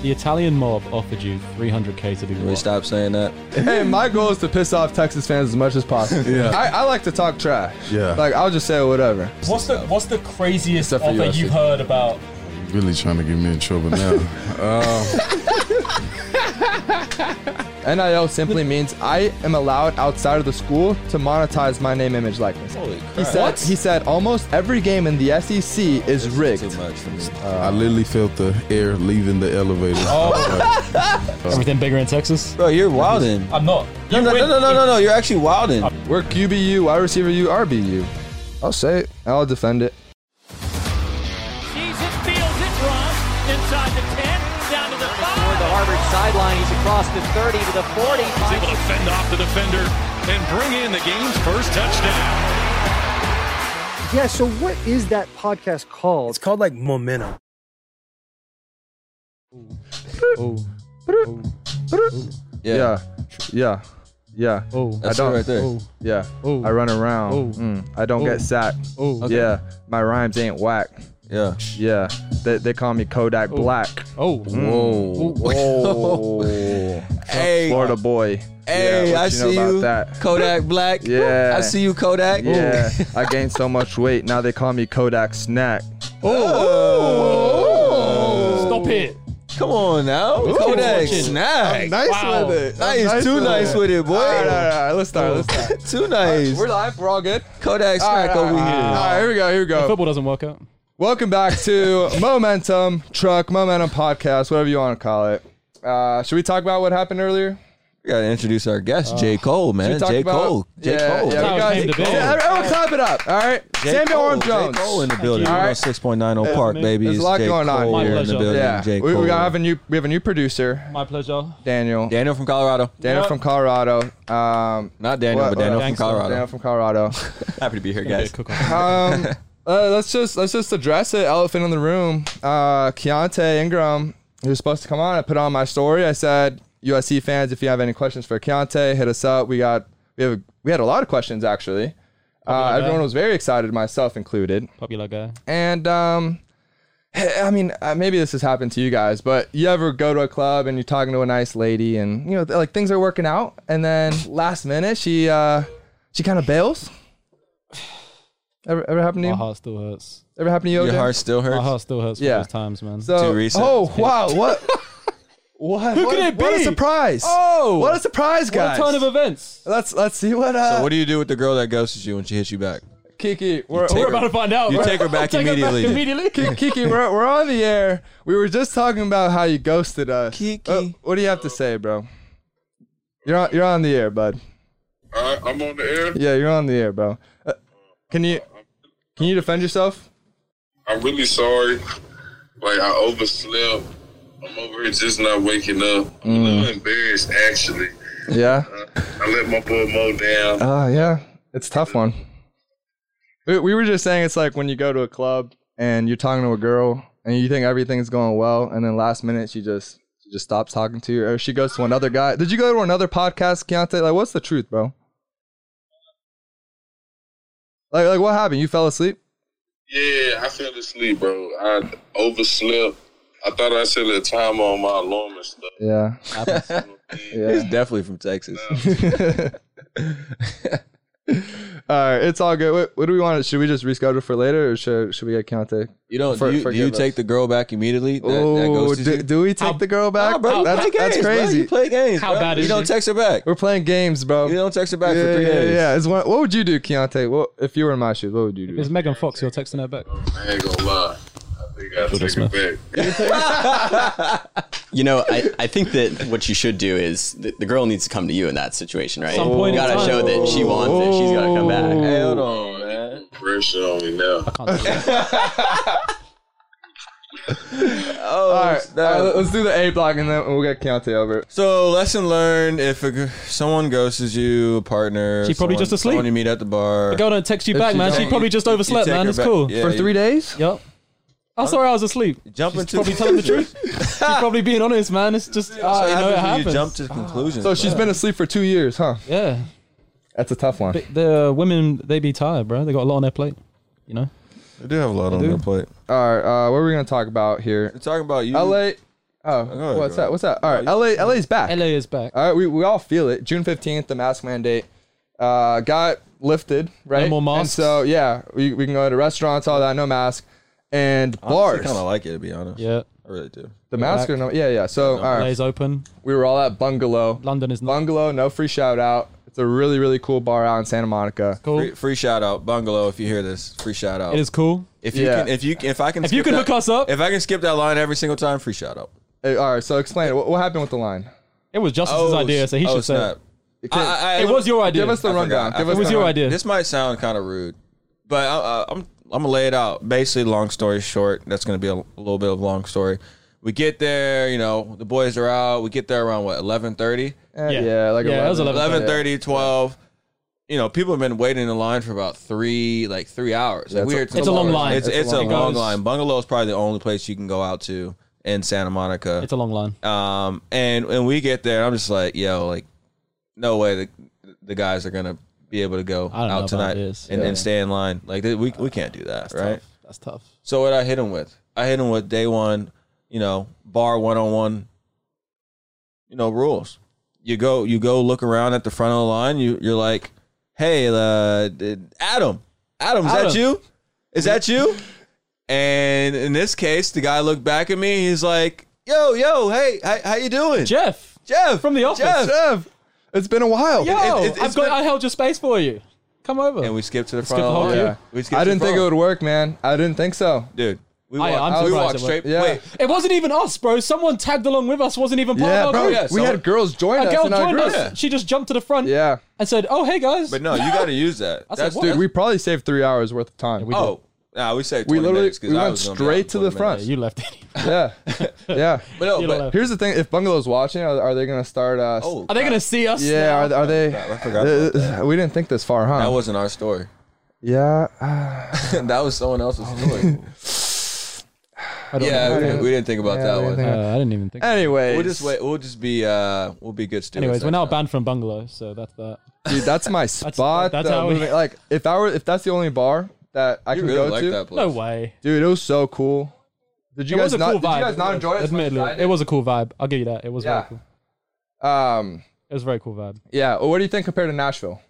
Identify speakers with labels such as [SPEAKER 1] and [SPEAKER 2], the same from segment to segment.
[SPEAKER 1] The Italian mob offered you 300k to do
[SPEAKER 2] We
[SPEAKER 1] what?
[SPEAKER 2] stop saying that.
[SPEAKER 3] Hey, my goal is to piss off Texas fans as much as possible.
[SPEAKER 4] Yeah.
[SPEAKER 3] I, I like to talk trash.
[SPEAKER 4] Yeah.
[SPEAKER 3] Like I'll just say whatever.
[SPEAKER 5] What's the What's the craziest
[SPEAKER 3] Except for
[SPEAKER 5] offer
[SPEAKER 3] UFC.
[SPEAKER 5] you've heard about?
[SPEAKER 4] You're really trying to get me in trouble now.
[SPEAKER 3] NIL simply means I am allowed outside of the school to monetize my name, image, likeness.
[SPEAKER 2] Holy crap.
[SPEAKER 3] He said, he said almost every game in the SEC is
[SPEAKER 2] This is
[SPEAKER 3] rigged.
[SPEAKER 2] Too much for me.
[SPEAKER 6] Uh,
[SPEAKER 4] I literally felt the air leaving the elevator. Oh.
[SPEAKER 1] Everything bigger in Texas?
[SPEAKER 2] Bro, you're wilding.
[SPEAKER 5] I'm not.
[SPEAKER 2] No, no, no, no, no, no, no. You're actually wilding.
[SPEAKER 3] We're QBU, wide receiver U, RBU. I'll say it. I'll defend it.
[SPEAKER 7] Sees it, feels it, Ross inside the 10, down to the 5.
[SPEAKER 8] Toward the Harvard sideline, he's across the 30 to the 40.
[SPEAKER 9] He's able to fend off the defender and bring in the game's first touchdown.
[SPEAKER 10] Yeah, so what is that podcast called? It's called like Momentum.
[SPEAKER 2] Yeah.
[SPEAKER 3] Yeah. Yeah. Yeah.
[SPEAKER 1] Oh.
[SPEAKER 2] That's
[SPEAKER 3] I don't-
[SPEAKER 2] it right there.
[SPEAKER 3] Yeah.
[SPEAKER 1] Oh.
[SPEAKER 3] I run around.
[SPEAKER 1] Oh.
[SPEAKER 3] Mm. I don't
[SPEAKER 1] Oh.
[SPEAKER 3] get sacked.
[SPEAKER 1] Oh.
[SPEAKER 3] Yeah. My rhymes ain't whack.
[SPEAKER 2] Yeah.
[SPEAKER 3] Yeah. They, they call me Kodak Black.
[SPEAKER 1] Oh.
[SPEAKER 2] Whoa.
[SPEAKER 3] Oh.
[SPEAKER 2] Hey.
[SPEAKER 3] Florida boy.
[SPEAKER 2] Hey,
[SPEAKER 3] Yeah, what
[SPEAKER 2] I
[SPEAKER 3] you know
[SPEAKER 2] see
[SPEAKER 3] about
[SPEAKER 2] you.
[SPEAKER 3] that?
[SPEAKER 2] Kodak Black.
[SPEAKER 3] Yeah.
[SPEAKER 2] I see you, Kodak.
[SPEAKER 3] Yeah. I gained so much weight. Now they call me Kodak Snack.
[SPEAKER 2] Oh.
[SPEAKER 1] Stop it.
[SPEAKER 2] Come on now. Kodak
[SPEAKER 1] watching.
[SPEAKER 2] Snack.
[SPEAKER 3] Nice
[SPEAKER 1] Wow.
[SPEAKER 3] with it.
[SPEAKER 2] Nice, too nice with it, boy.
[SPEAKER 3] All right, all right, all right. Let's start. Let's start.
[SPEAKER 2] Too nice.
[SPEAKER 3] We're live. We're all good.
[SPEAKER 2] Kodak Snack
[SPEAKER 3] all right,
[SPEAKER 2] over
[SPEAKER 3] all
[SPEAKER 2] here.
[SPEAKER 3] right, all right, here we go. Here we go.
[SPEAKER 1] Football doesn't work out.
[SPEAKER 3] Welcome back to Momentum Truck Momentum Podcast, whatever you want to call it. Uh, should we talk about what happened earlier?
[SPEAKER 2] We gotta introduce our guest, J. Cole, man.
[SPEAKER 3] Uh, we talk
[SPEAKER 2] J.
[SPEAKER 3] about-
[SPEAKER 2] Cole. J.
[SPEAKER 3] Yeah,
[SPEAKER 2] Cole.
[SPEAKER 3] yeah, we
[SPEAKER 1] That's how
[SPEAKER 3] got-
[SPEAKER 1] it came to be.
[SPEAKER 3] Yeah, everyone clap it up. All right.
[SPEAKER 2] J.
[SPEAKER 3] Samuel
[SPEAKER 2] Cole,
[SPEAKER 3] Arm
[SPEAKER 2] J.
[SPEAKER 3] Jones.
[SPEAKER 2] Cole in the building. All
[SPEAKER 3] All
[SPEAKER 2] right.
[SPEAKER 3] right.
[SPEAKER 2] 6.90 Park,
[SPEAKER 1] man.
[SPEAKER 2] baby.
[SPEAKER 3] There's a
[SPEAKER 2] It's
[SPEAKER 3] lot
[SPEAKER 2] J.
[SPEAKER 3] going on
[SPEAKER 2] Cole
[SPEAKER 1] here.
[SPEAKER 2] in the
[SPEAKER 1] Yeah.
[SPEAKER 2] building.
[SPEAKER 3] Yeah.
[SPEAKER 2] J.
[SPEAKER 3] We,
[SPEAKER 2] Cole.
[SPEAKER 3] we got have a new we have a new producer,
[SPEAKER 1] My pleasure.
[SPEAKER 3] Daniel.
[SPEAKER 2] Daniel from Colorado.
[SPEAKER 3] Daniel from Colorado. Um,
[SPEAKER 2] Not Daniel,
[SPEAKER 3] What-
[SPEAKER 2] but Daniel
[SPEAKER 3] what-
[SPEAKER 2] from
[SPEAKER 1] Gangsta.
[SPEAKER 2] Colorado.
[SPEAKER 3] Daniel from Colorado.
[SPEAKER 2] Happy to be here, guys.
[SPEAKER 3] Um, uh, let's just let's just address it. Elephant in the room. Uh, Keontae Ingram, who was supposed to come on, I put on my story. I said, USC fans, if you have any questions for Keontae, hit us up. We got we have we had a lot of questions actually. Uh,
[SPEAKER 1] bet.
[SPEAKER 3] everyone was very excited, myself included.
[SPEAKER 1] Popular guy.
[SPEAKER 3] And um, I mean, uh, maybe this has happened to you guys, but you ever go to a club and you're talking to a nice lady, and you know, th- like things are working out, and then last minute she uh, she kind of bails. Ever ever happened to
[SPEAKER 1] My
[SPEAKER 3] you?
[SPEAKER 1] heart still hurts.
[SPEAKER 3] Ever happened to you?
[SPEAKER 2] Your
[SPEAKER 3] OJ?
[SPEAKER 2] heart still
[SPEAKER 1] My
[SPEAKER 2] hurts.
[SPEAKER 1] heart still hurts
[SPEAKER 3] Yeah.
[SPEAKER 1] for those times, man.
[SPEAKER 3] So,
[SPEAKER 2] Too recent.
[SPEAKER 3] oh wow, what? What? Who
[SPEAKER 1] could it
[SPEAKER 3] What a
[SPEAKER 1] be?
[SPEAKER 3] surprise! Oh, what a surprise,
[SPEAKER 1] what a
[SPEAKER 3] guys!
[SPEAKER 1] ton of events.
[SPEAKER 3] let's let's see what. Uh,
[SPEAKER 2] So what do you do with the girl that ghosts you when she hits you back?
[SPEAKER 3] Kiki, we're,
[SPEAKER 2] take
[SPEAKER 3] we're
[SPEAKER 1] We're about to find out.
[SPEAKER 2] You
[SPEAKER 1] right?
[SPEAKER 2] take her back
[SPEAKER 1] Take
[SPEAKER 2] immediately.
[SPEAKER 1] immediately.
[SPEAKER 3] Ki- Kiki, we're, we're on the air. We were just talking about how you ghosted us.
[SPEAKER 2] Kiki.
[SPEAKER 3] Uh, what do you have to say, bro? You're on, you're on the air, bud.
[SPEAKER 6] I, I'm on the air.
[SPEAKER 3] Yeah, you're on the air, bro. Uh, can you can you defend yourself?
[SPEAKER 6] I'm really sorry. Like I overslept. I'm over here just not waking up. I'm a little embarrassed actually.
[SPEAKER 3] Mm.
[SPEAKER 6] Uh,
[SPEAKER 3] Yeah.
[SPEAKER 6] I let my boy Mo down.
[SPEAKER 3] Uh, yeah. It's a tough one. We, we were just saying it's like when you go to a club and you're talking to a girl and you think everything's going well, and then last minute she just she just stops talking to you, or she goes to another guy. Did you go to another podcast, Keontae? Like, what's the truth, bro? Like, like what happened? You fell asleep?
[SPEAKER 6] Yeah, I fell asleep, bro. I overslept. I thought I set a time on my alarm and stuff.
[SPEAKER 3] Yeah.
[SPEAKER 2] He's
[SPEAKER 3] Yeah.
[SPEAKER 2] definitely from Texas.
[SPEAKER 3] all right, it's all good. What, what do we want? Should we just reschedule for later, or should should we get Keontae?
[SPEAKER 2] You don't.
[SPEAKER 3] For-
[SPEAKER 2] do you, do you
[SPEAKER 3] forgive us.
[SPEAKER 2] take the girl back immediately? That, that
[SPEAKER 3] Oh,
[SPEAKER 2] goes to
[SPEAKER 3] do,
[SPEAKER 2] you?
[SPEAKER 3] do we take
[SPEAKER 1] How-
[SPEAKER 3] the girl back?
[SPEAKER 2] Nah, bro, you
[SPEAKER 3] that's
[SPEAKER 2] play
[SPEAKER 3] that's
[SPEAKER 2] games, bro.
[SPEAKER 3] crazy.
[SPEAKER 2] You play games.
[SPEAKER 1] How
[SPEAKER 2] bro.
[SPEAKER 1] bad
[SPEAKER 2] You
[SPEAKER 1] is
[SPEAKER 2] don't
[SPEAKER 1] she?
[SPEAKER 2] text her back.
[SPEAKER 3] We're playing games, bro.
[SPEAKER 2] You don't text her back
[SPEAKER 3] yeah,
[SPEAKER 2] for three
[SPEAKER 3] yeah,
[SPEAKER 2] days.
[SPEAKER 3] yeah. It's one, what would you do, Keontae? What if you were in my shoes? What would you
[SPEAKER 1] It's
[SPEAKER 3] do?
[SPEAKER 1] Megan Fox. You're texting her back.
[SPEAKER 6] I ain't gonna lie. I think I
[SPEAKER 1] Judas
[SPEAKER 6] take it back.
[SPEAKER 11] You know, I, I think that what you should do is the, the girl needs to come to you in that situation, right?
[SPEAKER 1] Some
[SPEAKER 2] Oh.
[SPEAKER 1] point
[SPEAKER 11] you
[SPEAKER 1] in
[SPEAKER 11] gotta
[SPEAKER 1] time.
[SPEAKER 11] show that she wants it. She's gotta come back.
[SPEAKER 2] Hey, hold on, man.
[SPEAKER 6] Pressure on me now.
[SPEAKER 2] Oh,
[SPEAKER 3] All right, all
[SPEAKER 2] snap.
[SPEAKER 3] right, let's do the A block and then we'll get Keontae over. it.
[SPEAKER 2] So lesson learned: if a, g- someone ghosts you, a partner,
[SPEAKER 1] She probably
[SPEAKER 2] someone-
[SPEAKER 1] just asleep.
[SPEAKER 2] Someone you meet at the bar.
[SPEAKER 1] The girl don't text you back,
[SPEAKER 3] she
[SPEAKER 1] man. She
[SPEAKER 3] don't-
[SPEAKER 1] probably just
[SPEAKER 2] you
[SPEAKER 1] overslept,
[SPEAKER 2] take
[SPEAKER 1] man.
[SPEAKER 2] her
[SPEAKER 1] It's
[SPEAKER 2] back.
[SPEAKER 1] cool.
[SPEAKER 2] Yeah,
[SPEAKER 3] For
[SPEAKER 2] you-
[SPEAKER 3] three days?
[SPEAKER 1] Yep. I saw her. I was asleep.
[SPEAKER 2] Jump
[SPEAKER 1] She's
[SPEAKER 2] into
[SPEAKER 1] probably telling the truth. She's
[SPEAKER 2] Ah.
[SPEAKER 1] probably being honest, man. It's just uh, you know it happens. Ah.
[SPEAKER 2] You jump to conclusions.
[SPEAKER 3] So she's been asleep for two years, huh?
[SPEAKER 1] yeah,
[SPEAKER 3] That's a tough one.
[SPEAKER 1] But the women they be tired, bro. They got a lot on their plate. You know,
[SPEAKER 2] They do have a lot on
[SPEAKER 1] do.
[SPEAKER 2] their plate.
[SPEAKER 3] All right, uh, what are we gonna talk about here?
[SPEAKER 2] We're talking about you.
[SPEAKER 3] LA. Oh,
[SPEAKER 1] ahead,
[SPEAKER 3] what's
[SPEAKER 1] go
[SPEAKER 3] that? What's that? All right, LA, LA's back. LA
[SPEAKER 1] is back.
[SPEAKER 3] All right, we, we all feel it. June fifteenth, the mask mandate uh, got lifted, right?
[SPEAKER 1] No more
[SPEAKER 3] And
[SPEAKER 1] masks.
[SPEAKER 3] so yeah, we, we can go to restaurants, all that, no mask, and bars.
[SPEAKER 2] kind of like it to be honest.
[SPEAKER 1] Yeah,
[SPEAKER 2] I really do.
[SPEAKER 3] The mask or no? Yeah, yeah. So all right.
[SPEAKER 1] LA's open.
[SPEAKER 3] We were all at Bungalow.
[SPEAKER 1] London is
[SPEAKER 3] not. Bungalow, no free shout out. It's a really, really cool bar out in Santa Monica.
[SPEAKER 2] Free, free shout out, Bungalow. If you hear this, free shout out.
[SPEAKER 1] It is cool.
[SPEAKER 2] If you
[SPEAKER 3] Yeah.
[SPEAKER 2] can, if you if I can,
[SPEAKER 3] If you
[SPEAKER 2] skip
[SPEAKER 3] can
[SPEAKER 2] that-
[SPEAKER 3] hook us up.
[SPEAKER 2] if I can skip that line every single time, free shout out.
[SPEAKER 3] Hey, all right, so explain it. What, what happened with the line?
[SPEAKER 1] It was Justice's
[SPEAKER 2] Oh,
[SPEAKER 1] idea, so he should say it. It was your idea.
[SPEAKER 3] Give us the
[SPEAKER 2] Oh,
[SPEAKER 1] I
[SPEAKER 3] rundown.
[SPEAKER 1] forgot.
[SPEAKER 3] Give us
[SPEAKER 1] It was
[SPEAKER 3] the
[SPEAKER 1] your
[SPEAKER 3] rundown.
[SPEAKER 1] idea.
[SPEAKER 2] This might sound kind of rude, but I, I, I'm I'm gonna lay it out. Basically, long story short, that's gonna be a, little bit of long story. We get there, you know, the boys are out. We get there around what 11:30.
[SPEAKER 3] Eh, Yeah. yeah, like Yeah, it was 11:30.
[SPEAKER 2] 11:30, 12. You know, people have been waiting in line for about three, like three hours.
[SPEAKER 3] Yeah,
[SPEAKER 2] Like,
[SPEAKER 3] it's
[SPEAKER 2] we
[SPEAKER 3] a-
[SPEAKER 2] were-
[SPEAKER 3] it's a long line.
[SPEAKER 2] It's,
[SPEAKER 3] It's a
[SPEAKER 2] it's a
[SPEAKER 3] long
[SPEAKER 2] long,
[SPEAKER 3] line. It goes-
[SPEAKER 2] line. Bungalow is probably the only place you can go out to in Santa Monica.
[SPEAKER 1] It's a long line.
[SPEAKER 2] Um, and when we get there, I'm just like, yo, like, no way the the guys are gonna be able to go
[SPEAKER 1] I don't know
[SPEAKER 2] out
[SPEAKER 1] about
[SPEAKER 2] tonight
[SPEAKER 1] this.
[SPEAKER 2] and,
[SPEAKER 1] Yeah.
[SPEAKER 2] and stay in line. Like, th- we we can't do that, right?
[SPEAKER 1] tough. That's tough.
[SPEAKER 2] So what I hit him with? I hit him with day one, you know, bar one on one, you know, rules. You go you go look around at the front of the line. You you're like, hey, uh, d- Adam, Adam, is that
[SPEAKER 1] Adam.
[SPEAKER 2] you? Is that you? And in this case, the guy looked back at me. He's like, yo, yo, hey, how, how you doing,
[SPEAKER 1] Jeff?
[SPEAKER 2] Jeff
[SPEAKER 1] from the office.
[SPEAKER 2] Jeff.
[SPEAKER 3] Jeff. It's been a while.
[SPEAKER 1] Yo,
[SPEAKER 2] It- it- it's
[SPEAKER 1] I've got.
[SPEAKER 2] been-
[SPEAKER 1] I held your space for you. Come over.
[SPEAKER 2] And we skipped to the
[SPEAKER 1] skip
[SPEAKER 2] front. of the
[SPEAKER 1] the whole
[SPEAKER 2] line.
[SPEAKER 1] queue.
[SPEAKER 2] Yeah. We skipped
[SPEAKER 3] I
[SPEAKER 2] to the
[SPEAKER 3] didn't think
[SPEAKER 2] front.
[SPEAKER 3] it would work, man. I didn't think so.
[SPEAKER 2] dude. We
[SPEAKER 1] I-
[SPEAKER 2] walked,
[SPEAKER 1] I'm
[SPEAKER 2] we
[SPEAKER 1] surprised
[SPEAKER 2] walked
[SPEAKER 1] it
[SPEAKER 2] straight.
[SPEAKER 1] worked.
[SPEAKER 3] Yeah.
[SPEAKER 2] Wait,
[SPEAKER 1] It wasn't even us, bro. Someone tagged along with us. Wasn't even part
[SPEAKER 3] Yeah,
[SPEAKER 1] of our
[SPEAKER 3] bro.
[SPEAKER 1] group.
[SPEAKER 2] Yeah,
[SPEAKER 3] we
[SPEAKER 2] so-
[SPEAKER 3] had girls join
[SPEAKER 1] A
[SPEAKER 3] us.
[SPEAKER 1] girl
[SPEAKER 3] in our
[SPEAKER 1] joined
[SPEAKER 3] group.
[SPEAKER 1] us. She just jumped to the front.
[SPEAKER 3] Yeah.
[SPEAKER 1] And said, "Oh, hey guys."
[SPEAKER 2] But no, you got to use that.
[SPEAKER 1] I said,
[SPEAKER 2] That's
[SPEAKER 1] what?
[SPEAKER 3] Dude, we probably saved three hours worth of time.
[SPEAKER 2] oh, nah, we saved.
[SPEAKER 3] we
[SPEAKER 2] 20
[SPEAKER 3] literally
[SPEAKER 2] minutes 'cause
[SPEAKER 3] we
[SPEAKER 2] I
[SPEAKER 3] went
[SPEAKER 2] was gonna be out
[SPEAKER 3] straight
[SPEAKER 2] in
[SPEAKER 3] to
[SPEAKER 2] 20 minutes.
[SPEAKER 3] the front.
[SPEAKER 1] you left. it.
[SPEAKER 3] Yeah, yeah.
[SPEAKER 2] But no,
[SPEAKER 1] You
[SPEAKER 2] but
[SPEAKER 1] left.
[SPEAKER 3] Here's the thing: if Bungalow's watching, are, are they gonna start us?
[SPEAKER 2] Oh,
[SPEAKER 1] Are they gonna see us?
[SPEAKER 3] yeah, are, are they?
[SPEAKER 2] I forgot about
[SPEAKER 3] Uh, we didn't think this far, huh?
[SPEAKER 2] that wasn't our story.
[SPEAKER 3] yeah,
[SPEAKER 2] that was someone else's story.
[SPEAKER 1] Oh, I don't
[SPEAKER 2] yeah,
[SPEAKER 1] know.
[SPEAKER 2] we didn't, we didn't think about
[SPEAKER 1] Yeah,
[SPEAKER 2] that
[SPEAKER 1] we
[SPEAKER 2] one.
[SPEAKER 1] didn't think- Uh, I didn't even think.
[SPEAKER 3] Anyways,
[SPEAKER 2] We'll just wait. We'll just be. Uh, we'll be good students.
[SPEAKER 1] Anyways, we're
[SPEAKER 2] next
[SPEAKER 1] now
[SPEAKER 2] time.
[SPEAKER 1] banned from bungalow, so that's that.
[SPEAKER 3] dude, that's my spot.
[SPEAKER 1] that's
[SPEAKER 3] though,
[SPEAKER 1] how we-
[SPEAKER 3] moving- like if I were if that's the only bar that I
[SPEAKER 2] You
[SPEAKER 3] can
[SPEAKER 2] really
[SPEAKER 3] go
[SPEAKER 2] like
[SPEAKER 3] to,
[SPEAKER 2] that place.
[SPEAKER 1] No way.
[SPEAKER 3] dude, it was so cool. Did you
[SPEAKER 1] it
[SPEAKER 3] guys
[SPEAKER 1] was a
[SPEAKER 3] not?
[SPEAKER 1] cool
[SPEAKER 3] did
[SPEAKER 1] vibe.
[SPEAKER 3] you guys not enjoy it? as much as
[SPEAKER 1] Admittedly,
[SPEAKER 3] I
[SPEAKER 1] it was a cool vibe. I'll give you that. It was
[SPEAKER 3] Yeah.
[SPEAKER 1] very cool.
[SPEAKER 3] did? Um,
[SPEAKER 1] It was a very cool vibe.
[SPEAKER 3] yeah. Well, what do you think compared to Nashville?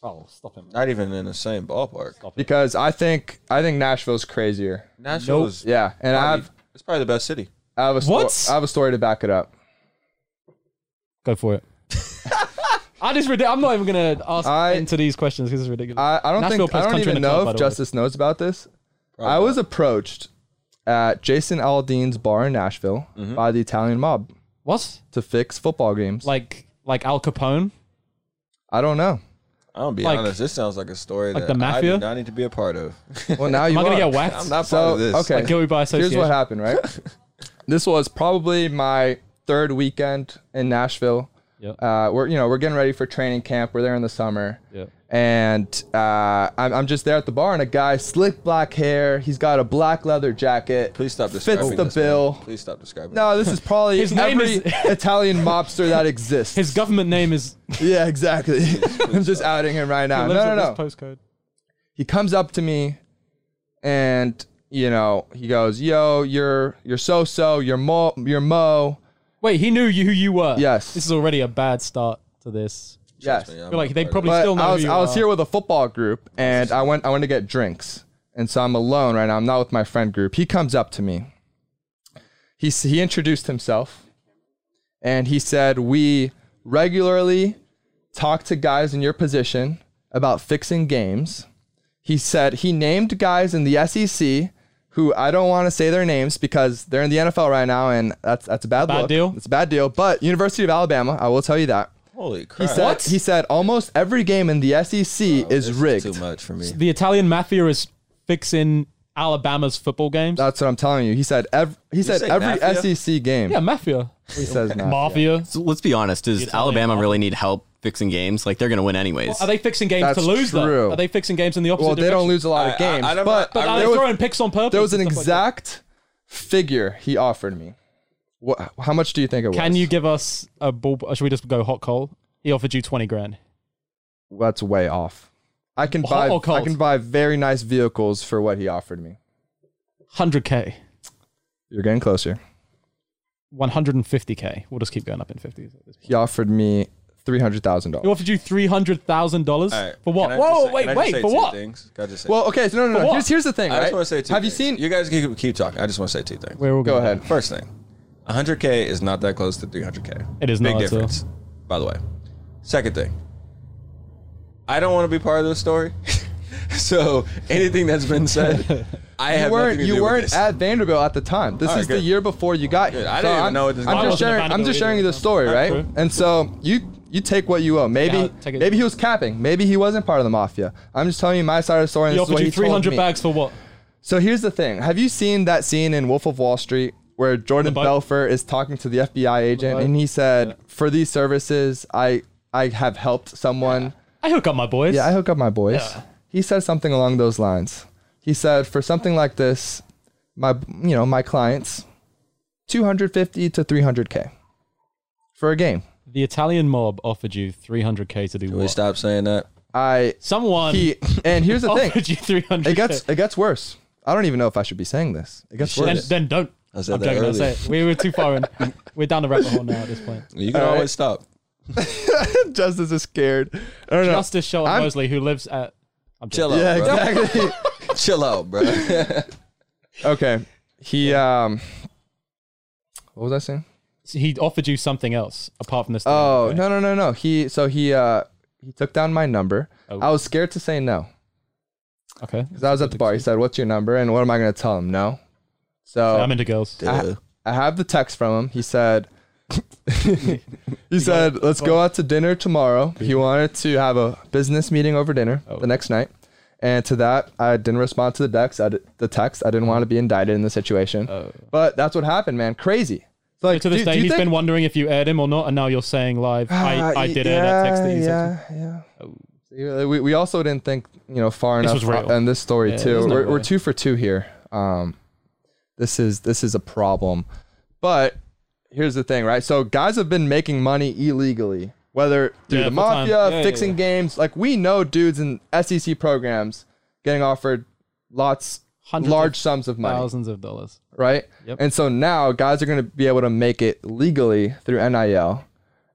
[SPEAKER 1] Oh, stop him.
[SPEAKER 2] Not even in the same ballpark.
[SPEAKER 3] Because I think I think Nashville's crazier.
[SPEAKER 2] Nashville
[SPEAKER 1] Nope.
[SPEAKER 2] is.
[SPEAKER 3] Yeah, and I
[SPEAKER 2] probably,
[SPEAKER 3] have
[SPEAKER 2] it's probably the best city.
[SPEAKER 3] I have a sto-
[SPEAKER 1] What?
[SPEAKER 3] I have a story to back it up.
[SPEAKER 1] Go for it. I just. rid- I'm not even gonna ask
[SPEAKER 3] I-
[SPEAKER 1] into these questions because it's ridiculous.
[SPEAKER 3] I, I don't
[SPEAKER 1] Nashville
[SPEAKER 3] think I
[SPEAKER 1] plays
[SPEAKER 3] don't
[SPEAKER 1] Country in
[SPEAKER 3] even
[SPEAKER 1] the Club,
[SPEAKER 3] know
[SPEAKER 1] by
[SPEAKER 3] if
[SPEAKER 1] the way.
[SPEAKER 3] Justice knows about this. I was approached at Jason Aldean's bar in Nashville by the Italian mob
[SPEAKER 1] What?
[SPEAKER 3] to fix football games.
[SPEAKER 1] Like like Al Capone?
[SPEAKER 3] I don't know.
[SPEAKER 2] I'm gonna be
[SPEAKER 1] Like-
[SPEAKER 2] honest. This sounds like a story
[SPEAKER 1] like
[SPEAKER 2] that
[SPEAKER 1] the
[SPEAKER 2] I
[SPEAKER 1] mafia?
[SPEAKER 2] do not need to be a part of.
[SPEAKER 3] Well, now you
[SPEAKER 1] Am I
[SPEAKER 3] are.
[SPEAKER 1] gonna get whacked?
[SPEAKER 2] I'm not part
[SPEAKER 3] so
[SPEAKER 2] of this.
[SPEAKER 3] okay,
[SPEAKER 1] Like guilty by
[SPEAKER 3] here's
[SPEAKER 1] association.
[SPEAKER 3] what happened. Right, this was probably my third weekend in Nashville.
[SPEAKER 1] Yep.
[SPEAKER 3] Uh, we're you know we're getting ready for training camp. We're there in the summer.
[SPEAKER 1] Yep.
[SPEAKER 3] and uh, I'm, I'm just there at the bar, and a guy, slick black hair, he's got a black leather jacket.
[SPEAKER 2] Please stop describing.
[SPEAKER 3] Fits the
[SPEAKER 2] this, man.
[SPEAKER 3] bill.
[SPEAKER 2] Please stop describing.
[SPEAKER 3] No, this is probably
[SPEAKER 1] His name
[SPEAKER 3] every
[SPEAKER 1] is-
[SPEAKER 3] Italian mobster that exists.
[SPEAKER 1] His government name is.
[SPEAKER 3] yeah, exactly. I'm just outing him right
[SPEAKER 1] He
[SPEAKER 3] now.
[SPEAKER 1] lives
[SPEAKER 3] No,
[SPEAKER 1] at
[SPEAKER 3] no, no.
[SPEAKER 1] this Postcode.
[SPEAKER 3] He comes up to me, and you know, he goes, "Yo, you're you're so so, you're mo, you're mo."
[SPEAKER 1] Wait, he knew you who you were.
[SPEAKER 3] Yes.
[SPEAKER 1] This is already a bad start to this.
[SPEAKER 3] Yes.
[SPEAKER 2] Yeah, I'm
[SPEAKER 1] I feel like
[SPEAKER 2] not
[SPEAKER 1] they
[SPEAKER 2] part of
[SPEAKER 1] probably
[SPEAKER 3] But
[SPEAKER 1] still know
[SPEAKER 3] I was
[SPEAKER 1] who you
[SPEAKER 3] I was
[SPEAKER 1] are.
[SPEAKER 3] here with a football group, and I went I went to get drinks, and so I'm alone right now. I'm not with my friend group. He comes up to me. He s- he introduced himself, and he said, "We regularly talk to guys in your position about fixing games." He said he named guys in the SEC who I don't want to say their names because they're in the NFL right now, and that's that's a bad,
[SPEAKER 1] Bad
[SPEAKER 3] look.
[SPEAKER 1] deal.
[SPEAKER 3] It's a bad deal. But University of Alabama, I will tell you that.
[SPEAKER 2] Holy crap!
[SPEAKER 3] He said, he said almost every game in the SEC is rigged.
[SPEAKER 2] Too much for me.
[SPEAKER 1] The Italian mafia is fixing Alabama's football games.
[SPEAKER 3] That's what I'm telling you. He said every he said
[SPEAKER 2] say
[SPEAKER 3] every
[SPEAKER 2] mafia?
[SPEAKER 3] SEC game.
[SPEAKER 1] yeah, mafia.
[SPEAKER 3] he says mafia.
[SPEAKER 1] Mafia.
[SPEAKER 11] So let's be honest. Does Alabama really need help fixing games? Like they're going to win anyways.
[SPEAKER 1] Are they fixing games
[SPEAKER 3] That's
[SPEAKER 1] to lose,
[SPEAKER 3] true.
[SPEAKER 1] though? Are they fixing games in the opposite
[SPEAKER 3] Well, they don't
[SPEAKER 1] direction?
[SPEAKER 3] lose a lot
[SPEAKER 2] I- I-
[SPEAKER 3] of games,
[SPEAKER 2] I don't-
[SPEAKER 3] but,
[SPEAKER 1] But are
[SPEAKER 3] there
[SPEAKER 1] they
[SPEAKER 3] was,
[SPEAKER 1] throwing picks on purpose?
[SPEAKER 3] there was an
[SPEAKER 1] and stuff like that?
[SPEAKER 3] exact figure he offered me. What, how much do you think it was?
[SPEAKER 1] Can you give us a ball? Or should we just go hot coal? He offered you 20 grand.
[SPEAKER 3] That's way off. I can
[SPEAKER 1] Hot
[SPEAKER 3] buy
[SPEAKER 1] or
[SPEAKER 3] I
[SPEAKER 1] cold?
[SPEAKER 3] can buy very nice vehicles for what he offered me.
[SPEAKER 1] 100K.
[SPEAKER 3] You're getting closer.
[SPEAKER 1] 150k. We'll just keep going up in 50s.
[SPEAKER 3] He offered me three hundred thousand
[SPEAKER 1] He
[SPEAKER 3] dollars.
[SPEAKER 1] offered you three hundred thousand dollars
[SPEAKER 2] All right.
[SPEAKER 1] for what?
[SPEAKER 2] Can I
[SPEAKER 1] Whoa,
[SPEAKER 2] just say-
[SPEAKER 1] wait,
[SPEAKER 2] can I just
[SPEAKER 1] wait,
[SPEAKER 2] say
[SPEAKER 1] for
[SPEAKER 2] two
[SPEAKER 1] what?
[SPEAKER 2] Things? Can I just say
[SPEAKER 3] Well, okay, so no, no,
[SPEAKER 1] For
[SPEAKER 3] no.
[SPEAKER 1] what?
[SPEAKER 3] Here's here's the thing,
[SPEAKER 2] I
[SPEAKER 3] right?
[SPEAKER 2] just want to say two.
[SPEAKER 3] Have you
[SPEAKER 2] things.
[SPEAKER 3] seen?
[SPEAKER 2] You guys can keep talking. I just want to say two things.
[SPEAKER 1] Where we'll
[SPEAKER 3] Go ahead.
[SPEAKER 2] First thing, 100K is not that close to 300K.
[SPEAKER 1] It is
[SPEAKER 2] Big
[SPEAKER 1] not, so-
[SPEAKER 2] difference, by the way. Second thing, I don't want to be part of this story. so anything that's been said, I
[SPEAKER 3] You
[SPEAKER 2] have
[SPEAKER 3] weren't
[SPEAKER 2] nothing to
[SPEAKER 3] you
[SPEAKER 2] do with
[SPEAKER 3] weren't
[SPEAKER 2] this.
[SPEAKER 3] at Vanderbilt at the time. This
[SPEAKER 2] Alright,
[SPEAKER 3] is the
[SPEAKER 2] good.
[SPEAKER 3] year before you got here.
[SPEAKER 2] Good. I didn't
[SPEAKER 3] So
[SPEAKER 2] even
[SPEAKER 3] I'm,
[SPEAKER 2] know what this was.
[SPEAKER 3] I'm
[SPEAKER 2] I
[SPEAKER 3] just
[SPEAKER 1] wasn't at
[SPEAKER 3] sharing. I'm
[SPEAKER 1] Vanderbilt
[SPEAKER 3] just sharing you
[SPEAKER 1] either,
[SPEAKER 3] the story, right?
[SPEAKER 1] true.
[SPEAKER 3] And so you you take what you will. Maybe
[SPEAKER 1] Yeah, take it.
[SPEAKER 3] maybe he was capping. Maybe he wasn't part of the mafia. I'm just telling you my side of the story. And
[SPEAKER 1] He
[SPEAKER 3] this is
[SPEAKER 1] offered
[SPEAKER 3] what
[SPEAKER 1] you
[SPEAKER 3] he
[SPEAKER 1] three
[SPEAKER 3] told
[SPEAKER 1] hundred
[SPEAKER 3] me.
[SPEAKER 1] bags for what?
[SPEAKER 3] So here's the thing. Have you seen that scene in Wolf of Wall Street where Jordan
[SPEAKER 1] boat?
[SPEAKER 3] Belfort is talking to the FBI agent
[SPEAKER 1] boat?
[SPEAKER 3] and he said, "For these services, I I have helped someone."
[SPEAKER 1] I hook up my boys.
[SPEAKER 3] Yeah, I hook up my boys.
[SPEAKER 1] Yeah.
[SPEAKER 3] He said something along those lines. He said for something like this, my you know my clients, two hundred fifty to three hundred k for a game.
[SPEAKER 1] the Italian mob offered you three hundred k to do
[SPEAKER 2] Can we
[SPEAKER 1] what?
[SPEAKER 2] stop saying that?
[SPEAKER 3] I
[SPEAKER 1] Someone
[SPEAKER 3] he and here's the
[SPEAKER 1] offered
[SPEAKER 3] thing,
[SPEAKER 1] Oh, you three hundred.
[SPEAKER 3] it gets it gets worse. I don't even know if I should be saying this. It gets
[SPEAKER 1] then,
[SPEAKER 3] worse.
[SPEAKER 1] then don't.
[SPEAKER 2] I said
[SPEAKER 1] I'm
[SPEAKER 2] that
[SPEAKER 1] joking. I'll say
[SPEAKER 2] earlier.
[SPEAKER 1] it. We were too far in. We're down the rabbit hole now at this point.
[SPEAKER 2] You can
[SPEAKER 3] All right.
[SPEAKER 2] always stop.
[SPEAKER 3] Justice is scared. I don't know.
[SPEAKER 1] Justice Charlotte
[SPEAKER 3] I'm-
[SPEAKER 1] Mosley, who lives at. I'm joking.
[SPEAKER 2] Chill out,
[SPEAKER 3] yeah,
[SPEAKER 2] bro.
[SPEAKER 3] exactly.
[SPEAKER 2] Chill out, bro.
[SPEAKER 3] okay. He um. What was I saying?
[SPEAKER 1] He offered you something else apart from this.
[SPEAKER 3] Oh
[SPEAKER 1] 300K.
[SPEAKER 3] no no no no. He so he uh he took down my number.
[SPEAKER 1] Oh.
[SPEAKER 3] I was scared to say no.
[SPEAKER 1] Okay.
[SPEAKER 3] Because I was at the bar. He said, What's your number? And what am I going to tell him? No.
[SPEAKER 1] I'm
[SPEAKER 3] So
[SPEAKER 1] into girls.
[SPEAKER 3] I, I have the text from him. He said, He said, Let's go out to dinner tomorrow. He wanted to have a business meeting over dinner
[SPEAKER 1] Oh.
[SPEAKER 3] the next night. And to that, I didn't respond to the text. I, di- the text. I didn't want to be indicted in the situation. But that's what happened, man. Crazy. It's Like,
[SPEAKER 1] Oh. To this
[SPEAKER 3] do-
[SPEAKER 1] day,
[SPEAKER 3] do
[SPEAKER 1] he's
[SPEAKER 3] you think-
[SPEAKER 1] been wondering if you aired him or not, and now you're saying live, I,
[SPEAKER 3] Ah,
[SPEAKER 1] I did air
[SPEAKER 3] yeah,
[SPEAKER 1] that text that you sent.
[SPEAKER 3] yeah, yeah. Yeah, Oh, We, we also didn't think you know far
[SPEAKER 1] This
[SPEAKER 3] enough
[SPEAKER 1] was real.
[SPEAKER 3] on this story
[SPEAKER 1] Yeah,
[SPEAKER 3] too.
[SPEAKER 1] there's no
[SPEAKER 3] we're, we're
[SPEAKER 1] way.
[SPEAKER 3] two for two here. Um, this is this is a problem. But here's the thing, right? So guys have been making money illegally, whether through
[SPEAKER 1] Yeah,
[SPEAKER 3] the
[SPEAKER 1] full time.
[SPEAKER 3] mafia, fixing games. Like we know dudes in SEC programs getting offered lots,
[SPEAKER 1] Hundreds
[SPEAKER 3] large
[SPEAKER 1] of
[SPEAKER 3] sums of money
[SPEAKER 1] Thousands of dollars.
[SPEAKER 3] right?
[SPEAKER 1] Yep.
[SPEAKER 3] And so now guys are going to be able to make it legally through NIL.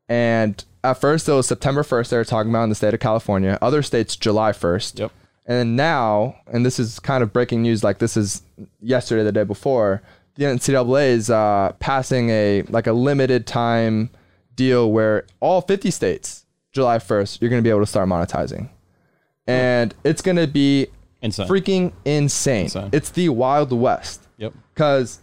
[SPEAKER 3] And at first it was September 1st they were talking about in the state of California. Other states July 1st.
[SPEAKER 1] Yep.
[SPEAKER 3] And then now, and this is kind of breaking news like this is yesterday the day before, the NCAA is uh, passing a like a limited time deal where all 50 states July 1st you're going to be able to start monetizing. And it's going to be
[SPEAKER 1] Insane.
[SPEAKER 3] freaking insane.
[SPEAKER 1] Insane.
[SPEAKER 3] It's the Wild West
[SPEAKER 1] Yep.
[SPEAKER 3] because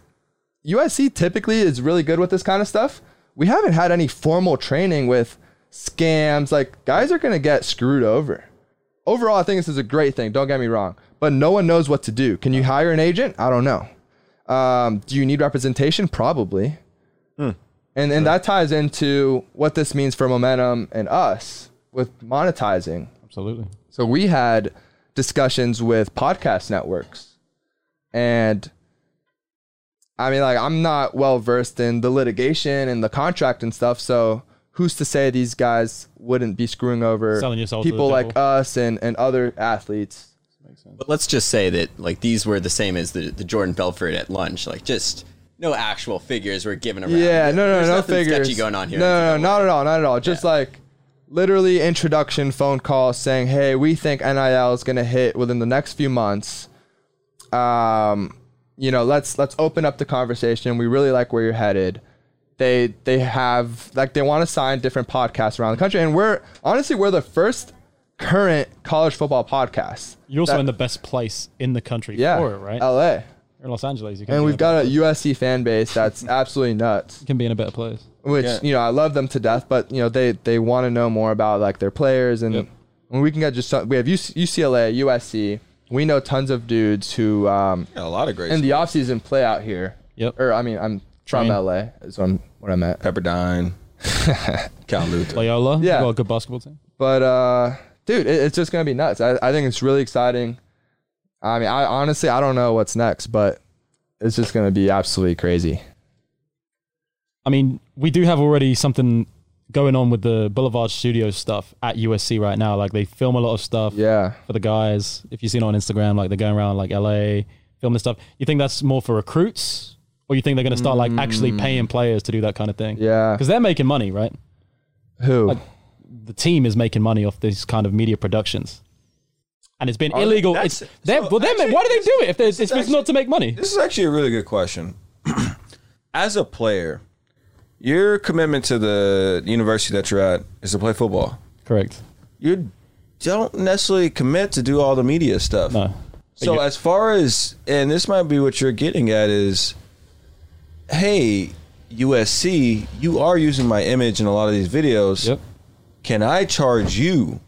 [SPEAKER 3] USC typically is really good with this kind of stuff. We haven't had any formal training with scams. Like guys are gonna get screwed over. Overall, I think this is a great thing. Don't get me wrong, but no one knows what to do. Can you hire an agent? I don't know. Um, do you need representation? Probably. And and that ties into what this means for momentum and us with monetizing.
[SPEAKER 1] Absolutely.
[SPEAKER 3] So we had discussions with podcast networks. And I mean, like, I'm not well versed in the litigation and the contract and stuff. So who's to say these guys wouldn't be screwing over
[SPEAKER 1] Selling your soul to the
[SPEAKER 3] people like
[SPEAKER 1] devil.
[SPEAKER 3] us and, and other athletes?
[SPEAKER 11] But let's just say that like these were the same as the, the Jordan Belfort at lunch. Like just no actual figures were given around.
[SPEAKER 3] Yeah, no, no,
[SPEAKER 11] There's
[SPEAKER 3] no
[SPEAKER 11] nothing
[SPEAKER 3] figures.
[SPEAKER 11] sketchy going on here.
[SPEAKER 3] No, no, no, not at all, not at all. Just like literally introduction phone calls saying, "Hey, we think NIL is going to hit within the next few months. Um, you know, let's let's open up the conversation. We really like where you're headed." They they have like they want to sign different podcasts around the country, and we're honestly we're the first current college football podcast.
[SPEAKER 1] You're also
[SPEAKER 3] That-
[SPEAKER 1] in the best place in the country
[SPEAKER 3] Yeah,
[SPEAKER 1] for it, right?
[SPEAKER 3] L.A.
[SPEAKER 1] You're in Los Angeles. You can
[SPEAKER 3] And
[SPEAKER 1] be in
[SPEAKER 3] we've
[SPEAKER 1] a better-
[SPEAKER 3] got a USC fan base that's absolutely nuts.
[SPEAKER 1] you can be in a better place.
[SPEAKER 3] which
[SPEAKER 2] Yeah.
[SPEAKER 3] you know I love them to death, but you know they they want to know more about like their players and
[SPEAKER 1] Yep.
[SPEAKER 3] when we can get just some- we have UC, UCLA, USC. We know tons of dudes who um,
[SPEAKER 2] Yeah, a lot of great.
[SPEAKER 3] in the offseason play out here.
[SPEAKER 1] Yep.
[SPEAKER 3] Or I mean, I'm from
[SPEAKER 1] Train.
[SPEAKER 3] LA is what I'm what I'm at.
[SPEAKER 2] Pepperdine, Cal Luther.
[SPEAKER 1] Loyola.
[SPEAKER 3] Yeah.
[SPEAKER 1] You've got a good basketball team.
[SPEAKER 3] But uh, dude, it, it's just gonna be nuts. I, I think it's really exciting. I mean, I honestly I don't know what's next, but it's just gonna be absolutely crazy.
[SPEAKER 1] I mean, we do have already something going on with the Boulevard Studios stuff at USC right now. Like they film a lot of stuff
[SPEAKER 3] Yeah.
[SPEAKER 1] for the guys. If you've seen it on Instagram, like they're going around like LA filming stuff. You think that's more for recruits, Or you think they're going to start like actually
[SPEAKER 3] Mm.
[SPEAKER 1] paying players to do that kind of thing?
[SPEAKER 3] Yeah.
[SPEAKER 1] Because they're making money, right?
[SPEAKER 3] Who?
[SPEAKER 1] Uh, the team is making money off these kind of media productions. And it's been
[SPEAKER 2] Are they-
[SPEAKER 1] illegal. It's,
[SPEAKER 2] that's-
[SPEAKER 1] they're, well, they're, why do they do it if, there's, if it's not to make money?
[SPEAKER 2] This is actually a really good question. As a player, your commitment to the university that you're at is to play football.
[SPEAKER 1] Correct.
[SPEAKER 2] You don't necessarily commit to do all the media stuff.
[SPEAKER 1] Uh,
[SPEAKER 2] No. So as far as and this might be what you're getting at is hey, USC, you are using my image in a lot of these videos. Yep. Can I charge you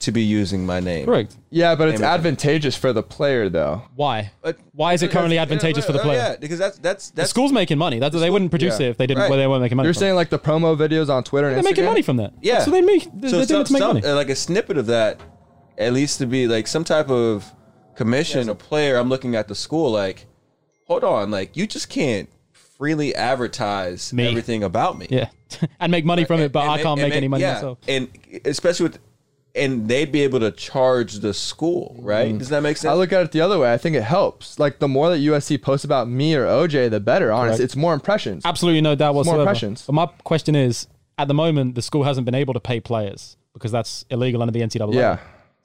[SPEAKER 2] to be using my name?
[SPEAKER 1] Correct.
[SPEAKER 3] Yeah, but it's
[SPEAKER 2] Image.
[SPEAKER 3] advantageous for the player though.
[SPEAKER 1] Why? Why is it currently advantageous for the
[SPEAKER 2] Oh,
[SPEAKER 1] player?
[SPEAKER 2] Yeah, because that's that's
[SPEAKER 1] the school's making money. That's, they wouldn't produce
[SPEAKER 3] Yeah.
[SPEAKER 1] it if they didn't.
[SPEAKER 3] Right.
[SPEAKER 1] Well, they weren't making money.
[SPEAKER 3] You're
[SPEAKER 1] from
[SPEAKER 3] saying like the promo videos on Twitter
[SPEAKER 1] it.
[SPEAKER 3] and
[SPEAKER 1] they're making
[SPEAKER 3] Instagram?
[SPEAKER 1] money from that.
[SPEAKER 2] Yeah.
[SPEAKER 1] so they make. They're,
[SPEAKER 2] So
[SPEAKER 1] they're doing it to
[SPEAKER 2] some-
[SPEAKER 1] make
[SPEAKER 2] some-
[SPEAKER 1] money.
[SPEAKER 2] uh, Like a snippet of that, at least to be like some type of commission, a player. I'm looking at the school like, hold on, like you just can't freely advertise everything about me.
[SPEAKER 1] Yeah, and make money from it, but I
[SPEAKER 2] And-
[SPEAKER 1] can't
[SPEAKER 2] and
[SPEAKER 1] make any money
[SPEAKER 2] yeah,
[SPEAKER 1] myself.
[SPEAKER 2] And especially with, and they'd be able to charge the school,
[SPEAKER 1] Mm.
[SPEAKER 2] right? Does that make sense?
[SPEAKER 3] I look at it the other way. I think it helps. Like the more that USC posts about me or OJ, the better. Honestly,
[SPEAKER 1] Correct.
[SPEAKER 3] it's more impressions.
[SPEAKER 1] Absolutely no doubt
[SPEAKER 3] It's more
[SPEAKER 1] whatsoever.
[SPEAKER 3] impressions.
[SPEAKER 1] But my question is, at the moment, the school hasn't been able to pay players because that's illegal under the NCAA.
[SPEAKER 3] Yeah.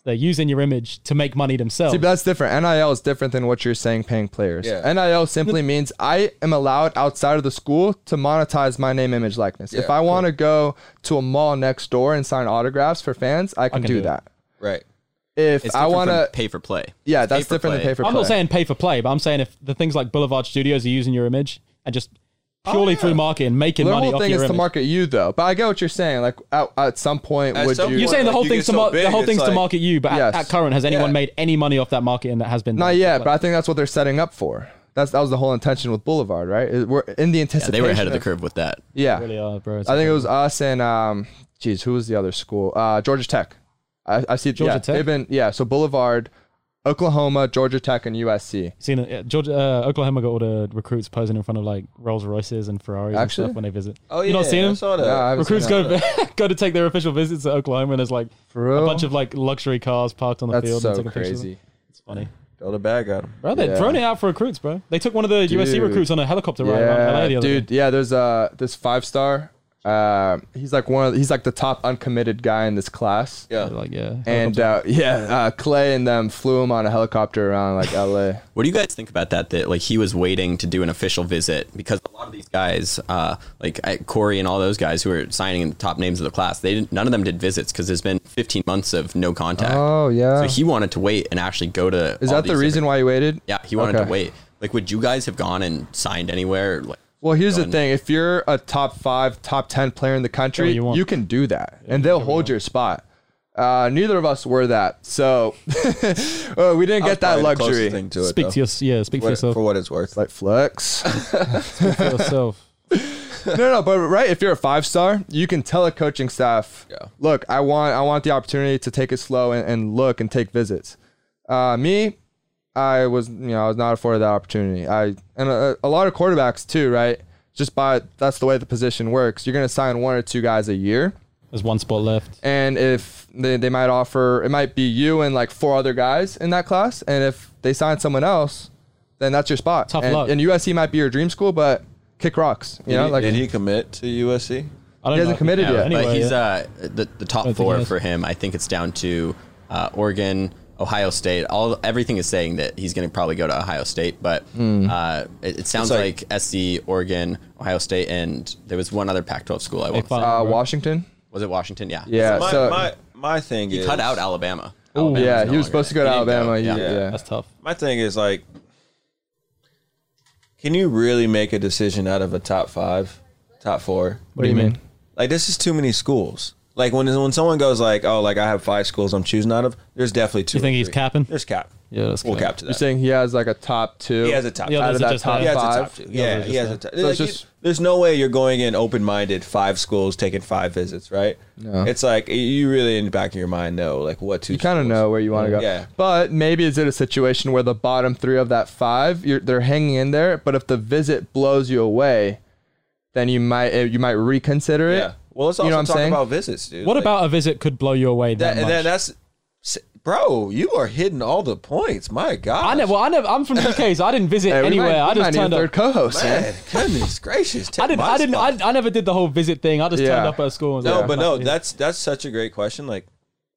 [SPEAKER 1] They're using your image to make money themselves.
[SPEAKER 3] See, but that's different. NIL is different than what you're saying paying players.
[SPEAKER 1] Yeah.
[SPEAKER 3] NIL simply means I am allowed outside of the school to monetize my name, image, likeness. if
[SPEAKER 2] Yeah,
[SPEAKER 3] I want to go to a mall next door and sign autographs for fans, I can,
[SPEAKER 1] can
[SPEAKER 3] do,
[SPEAKER 1] do it.
[SPEAKER 3] that.
[SPEAKER 2] Right.
[SPEAKER 3] If I want to
[SPEAKER 11] pay for play.
[SPEAKER 3] Yeah,
[SPEAKER 11] It's
[SPEAKER 3] that's different than pay for
[SPEAKER 1] I'm
[SPEAKER 3] play.
[SPEAKER 1] not saying pay for play, but I'm saying if the things like Boulevard Studios are using your image and just purely through marketing, making
[SPEAKER 3] Oh, the
[SPEAKER 1] money
[SPEAKER 3] whole
[SPEAKER 1] off
[SPEAKER 3] thing
[SPEAKER 1] your
[SPEAKER 3] is
[SPEAKER 1] image.
[SPEAKER 3] to market you though. But I get what you're saying. Like at, at some point,
[SPEAKER 1] At
[SPEAKER 3] would
[SPEAKER 1] some
[SPEAKER 3] you?
[SPEAKER 1] You're saying the whole thing's to mar- the whole thing's to market you, but at-
[SPEAKER 3] Yes.
[SPEAKER 1] at, current, has anyone
[SPEAKER 3] Yeah.
[SPEAKER 1] made any money off that marketing that has been?
[SPEAKER 3] Not
[SPEAKER 1] done?
[SPEAKER 3] yet, Uh, but I think that's what they're setting up for. That's that was the whole intention with Boulevard, right? It- We're in the anticipation.
[SPEAKER 11] they were ahead of the curve with that.
[SPEAKER 3] Yeah,
[SPEAKER 1] They really are, bro.
[SPEAKER 3] I
[SPEAKER 1] It's
[SPEAKER 3] think it was us and um, geez, who was the other school? Uh, Georgia Tech. I, I see
[SPEAKER 1] Georgia
[SPEAKER 3] yeah,
[SPEAKER 1] Tech?
[SPEAKER 3] They've been yeah. So Boulevard, Oklahoma, Georgia Tech, and USC.
[SPEAKER 1] Seen it, yeah, Georgia, uh, Oklahoma got all the recruits posing in front of like Rolls Royces and Ferraris and
[SPEAKER 3] Actually?
[SPEAKER 1] stuff when they visit.
[SPEAKER 3] Oh,
[SPEAKER 1] you not
[SPEAKER 3] yeah,
[SPEAKER 1] seen
[SPEAKER 3] I
[SPEAKER 1] them?
[SPEAKER 3] saw that. No, I haven't
[SPEAKER 1] recruits
[SPEAKER 3] seen
[SPEAKER 1] go go to take their official visits to Oklahoma, and there's like a
[SPEAKER 3] real?
[SPEAKER 1] bunch of like luxury cars parked on the
[SPEAKER 3] That's
[SPEAKER 1] field.
[SPEAKER 3] so
[SPEAKER 1] and taking pictures of them.
[SPEAKER 3] crazy.
[SPEAKER 1] It's funny.
[SPEAKER 2] Throw the bag at him.
[SPEAKER 1] Bro, they're throwing it out for recruits, bro. They took one of the USC recruits on a helicopter ride around LA the other
[SPEAKER 3] dude.
[SPEAKER 1] day.
[SPEAKER 3] Yeah, there's uh this five star. Uh, he's like one of the, he's like the top uncommitted guy in this class.
[SPEAKER 2] Yeah,
[SPEAKER 1] like yeah.
[SPEAKER 3] And uh, yeah, uh, Clay and them flew him on a helicopter around like LA.
[SPEAKER 11] What do you guys think about that? That like he was waiting to do an official visit because a lot of these guys, uh, like I, Corey and all those guys who were signing in the top names of the class, they didn't. None of them did visits because there's been 15 months of no contact.
[SPEAKER 3] Oh, yeah.
[SPEAKER 11] So he wanted to wait and actually go to.
[SPEAKER 3] Is
[SPEAKER 11] all
[SPEAKER 3] that the
[SPEAKER 11] these
[SPEAKER 3] reason why you waited?
[SPEAKER 11] different- Yeah, he wanted
[SPEAKER 3] Okay.
[SPEAKER 11] to wait. Like, would you guys have gone and signed anywhere? Like,
[SPEAKER 3] Well, here's the thing: if you're a top five, top ten player in the country,
[SPEAKER 11] you
[SPEAKER 3] you,
[SPEAKER 11] want.
[SPEAKER 3] can do that, and they'll hold your spot. Uh, neither of us were that, so uh, we didn't
[SPEAKER 2] I was
[SPEAKER 3] get that
[SPEAKER 2] probably the closest
[SPEAKER 3] luxury.
[SPEAKER 2] thing to it,
[SPEAKER 1] Speak to your, yeah, speak for
[SPEAKER 2] What-
[SPEAKER 1] yourself.
[SPEAKER 2] for what it's worth.
[SPEAKER 3] Like flex.
[SPEAKER 1] Speak for yourself.
[SPEAKER 3] no, no, but right, if you're a five star, you can tell a coaching staff, look, I want, I want the opportunity to take it slow and, and look and take visits. Uh, me, I was, you know, I was not afforded that opportunity. I and a, a lot of quarterbacks too, right? Just by that's the way the position works. You're gonna sign one or two guys a year.
[SPEAKER 1] There's one spot left.
[SPEAKER 3] And if they, they might offer, it might be you and like four other guys in that class. And if they sign someone else, then that's your spot.
[SPEAKER 1] Tough
[SPEAKER 3] and,
[SPEAKER 1] luck.
[SPEAKER 3] And USC might be your dream school, but kick rocks. You
[SPEAKER 2] Did
[SPEAKER 3] know,
[SPEAKER 2] he-
[SPEAKER 3] like
[SPEAKER 2] did he commit to USC?
[SPEAKER 1] I
[SPEAKER 3] don't He hasn't know if he- committed
[SPEAKER 11] No,
[SPEAKER 3] yet.
[SPEAKER 11] but
[SPEAKER 3] anyway,
[SPEAKER 11] he's
[SPEAKER 3] yeah.
[SPEAKER 11] uh, the the top
[SPEAKER 3] think he
[SPEAKER 11] four
[SPEAKER 3] has.
[SPEAKER 11] for him. I think it's down to uh, Oregon, Ohio State. All everything is saying that he's going to probably go to Ohio State, but
[SPEAKER 12] Hmm.
[SPEAKER 11] uh, it, it sounds
[SPEAKER 12] It's
[SPEAKER 11] like, SC, Oregon, Ohio State, and there was one other Pac-12 school I want.
[SPEAKER 3] uh, Washington.
[SPEAKER 11] was it Washington? Yeah.
[SPEAKER 3] Yeah,
[SPEAKER 11] My-
[SPEAKER 3] so-
[SPEAKER 11] my-
[SPEAKER 2] my thing
[SPEAKER 11] He
[SPEAKER 2] is
[SPEAKER 11] cut out Alabama.
[SPEAKER 3] Ooh,
[SPEAKER 11] Alabama's
[SPEAKER 3] yeah, he
[SPEAKER 11] no
[SPEAKER 3] was
[SPEAKER 11] longer-
[SPEAKER 3] supposed to go to
[SPEAKER 11] he didn't go.
[SPEAKER 3] Alabama. Yeah. yeah.
[SPEAKER 1] That's tough.
[SPEAKER 2] My thing is like, can you really make a decision out of a top five, top four?
[SPEAKER 3] What do you mean?
[SPEAKER 2] Like this is too many schools. Like when when someone goes like, oh, like I have five schools I'm choosing out of. There's definitely two.
[SPEAKER 1] You think he's capping?
[SPEAKER 2] There's cap.
[SPEAKER 1] Yeah, that's
[SPEAKER 2] We'll
[SPEAKER 1] cap.
[SPEAKER 2] cap to
[SPEAKER 3] You're
[SPEAKER 2] that.
[SPEAKER 3] saying he has like a top two.
[SPEAKER 2] He has a top.
[SPEAKER 3] out of that top
[SPEAKER 2] he has a top
[SPEAKER 3] five.
[SPEAKER 2] two. Yeah, he has a top.
[SPEAKER 3] So it's
[SPEAKER 2] like,
[SPEAKER 3] just
[SPEAKER 2] you- there's no way you're going in open minded, five schools, taking five visits, right?
[SPEAKER 3] No.
[SPEAKER 2] It's like you really in the back of your mind know like what two.
[SPEAKER 3] you kind of know where you want to go.
[SPEAKER 2] Yeah.
[SPEAKER 3] But maybe is it a situation where the bottom three of that five, you're, they're hanging in there, but if the visit blows you away, then you might eh, you might reconsider it.
[SPEAKER 2] Well, let's also talk about visits, dude.
[SPEAKER 1] What
[SPEAKER 2] Like,
[SPEAKER 1] about a visit could blow you away that,
[SPEAKER 2] that? And
[SPEAKER 1] much?
[SPEAKER 2] then that's, s- Bro, you are hitting all the points. My God.
[SPEAKER 1] I never. Well, I never. I'm from the UK, so I didn't visit anywhere. I just turned up.
[SPEAKER 2] man. Goodness gracious. take
[SPEAKER 1] I didn't.
[SPEAKER 2] my
[SPEAKER 1] I didn't.
[SPEAKER 2] spot.
[SPEAKER 1] I, I never did the whole visit thing. I just turned up at school. And
[SPEAKER 2] No,
[SPEAKER 1] yeah.
[SPEAKER 2] but no, that's that's such a great question. Like,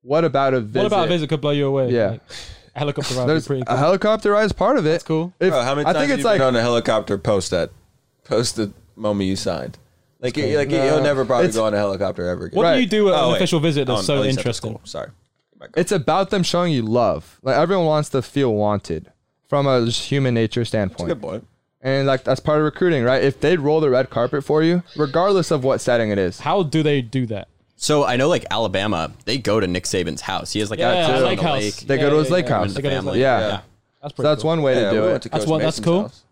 [SPEAKER 3] what about a
[SPEAKER 1] What about a visit could blow you away?
[SPEAKER 2] Yeah.
[SPEAKER 1] Like, a helicopter ride. would be
[SPEAKER 3] There's
[SPEAKER 1] pretty
[SPEAKER 3] a helicopter ride is part of it. That's cool.
[SPEAKER 2] Bro, how many
[SPEAKER 3] I
[SPEAKER 2] times
[SPEAKER 3] think
[SPEAKER 2] have
[SPEAKER 3] it's
[SPEAKER 2] you
[SPEAKER 3] like
[SPEAKER 2] been on a helicopter post that, post the moment you signed? Like, you- like
[SPEAKER 3] No.
[SPEAKER 2] you'll never probably
[SPEAKER 3] It's-
[SPEAKER 2] go on a helicopter ever again.
[SPEAKER 1] What do you do at
[SPEAKER 2] Oh,
[SPEAKER 1] an
[SPEAKER 2] wait.
[SPEAKER 1] official visit that's
[SPEAKER 2] Oh,
[SPEAKER 1] so
[SPEAKER 2] at least at the
[SPEAKER 1] interesting?
[SPEAKER 2] school. Sorry.
[SPEAKER 3] it's about them showing you love. Like everyone wants to feel wanted from a just human nature standpoint.
[SPEAKER 2] good point.
[SPEAKER 3] And like that's part of recruiting, right? If they roll the red carpet for you, regardless of what setting it is.
[SPEAKER 1] How do they do that?
[SPEAKER 11] So I know like Alabama, they go to Nick Saban's house. He has like
[SPEAKER 1] Yeah,
[SPEAKER 11] a house
[SPEAKER 1] lake
[SPEAKER 11] on the
[SPEAKER 1] house.
[SPEAKER 11] lake.
[SPEAKER 3] They go to his lake house.
[SPEAKER 11] The family.
[SPEAKER 3] Yeah. That's, so
[SPEAKER 1] pretty
[SPEAKER 3] that's
[SPEAKER 1] cool.
[SPEAKER 3] one way
[SPEAKER 2] Yeah,
[SPEAKER 3] to do
[SPEAKER 2] we
[SPEAKER 3] it.
[SPEAKER 2] went to
[SPEAKER 1] That's
[SPEAKER 2] Coach
[SPEAKER 1] one. That's
[SPEAKER 2] Mason's
[SPEAKER 1] cool.
[SPEAKER 2] house.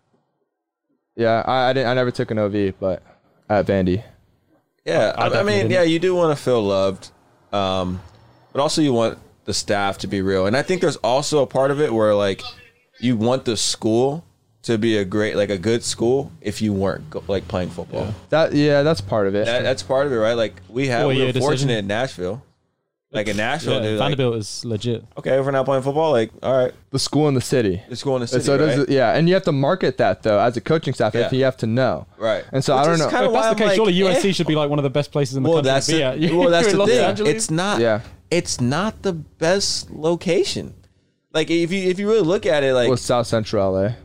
[SPEAKER 3] yeah, I, I didn't I never took an OV, but at Vandy.
[SPEAKER 2] Yeah,
[SPEAKER 3] I
[SPEAKER 2] I, I
[SPEAKER 3] definitely
[SPEAKER 2] mean,
[SPEAKER 3] didn't.
[SPEAKER 2] yeah, you do want to feel loved, um, but also you want the staff to be real. And I think there's also a part of it where like you want the school to be a great, like a good school. If you weren't go, like playing football,
[SPEAKER 3] That yeah, that's part of it.
[SPEAKER 2] that, that's part of it, right? Like we have, we
[SPEAKER 1] Four-year
[SPEAKER 2] we're
[SPEAKER 1] decision.
[SPEAKER 2] fortunate in Nashville. Like in Nashville,
[SPEAKER 1] Yeah,
[SPEAKER 2] dude, like,
[SPEAKER 1] Vanderbilt is legit.
[SPEAKER 2] okay, if we're not playing football, like all right,
[SPEAKER 3] the school in the city.
[SPEAKER 2] the school in the
[SPEAKER 3] And
[SPEAKER 2] city,
[SPEAKER 3] so it
[SPEAKER 2] right?
[SPEAKER 3] does yeah, and you have to market that though as a coaching staff. If
[SPEAKER 2] Yeah.
[SPEAKER 3] you have to know,
[SPEAKER 2] Right.
[SPEAKER 3] And so I don't know.
[SPEAKER 1] If that's the case, surely USC should be like one of the best places in the
[SPEAKER 2] Well,
[SPEAKER 1] country
[SPEAKER 2] that's
[SPEAKER 1] to be at.
[SPEAKER 2] the,
[SPEAKER 1] You-
[SPEAKER 2] well, that's
[SPEAKER 1] you're in
[SPEAKER 2] the
[SPEAKER 1] Los
[SPEAKER 2] thing.
[SPEAKER 1] Angeles.
[SPEAKER 2] It's not.
[SPEAKER 3] Yeah.
[SPEAKER 2] It's not the best location. Like if you if you really look at it, like
[SPEAKER 3] well, South Central LA.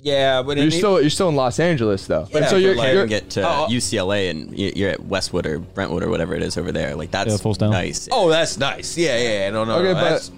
[SPEAKER 2] yeah, but
[SPEAKER 3] You're
[SPEAKER 2] it-
[SPEAKER 3] still you're still in Los Angeles though.
[SPEAKER 2] Yeah,
[SPEAKER 3] and so
[SPEAKER 2] but
[SPEAKER 3] you're,
[SPEAKER 2] like-
[SPEAKER 3] you're Oh,
[SPEAKER 11] You get to UCLA and you- you're at Westwood or Brentwood or whatever it is over there. Like that's nice.
[SPEAKER 2] Oh, that's nice. Yeah, yeah. yeah. No, no.
[SPEAKER 3] Okay,
[SPEAKER 2] no.
[SPEAKER 3] but-
[SPEAKER 2] That's-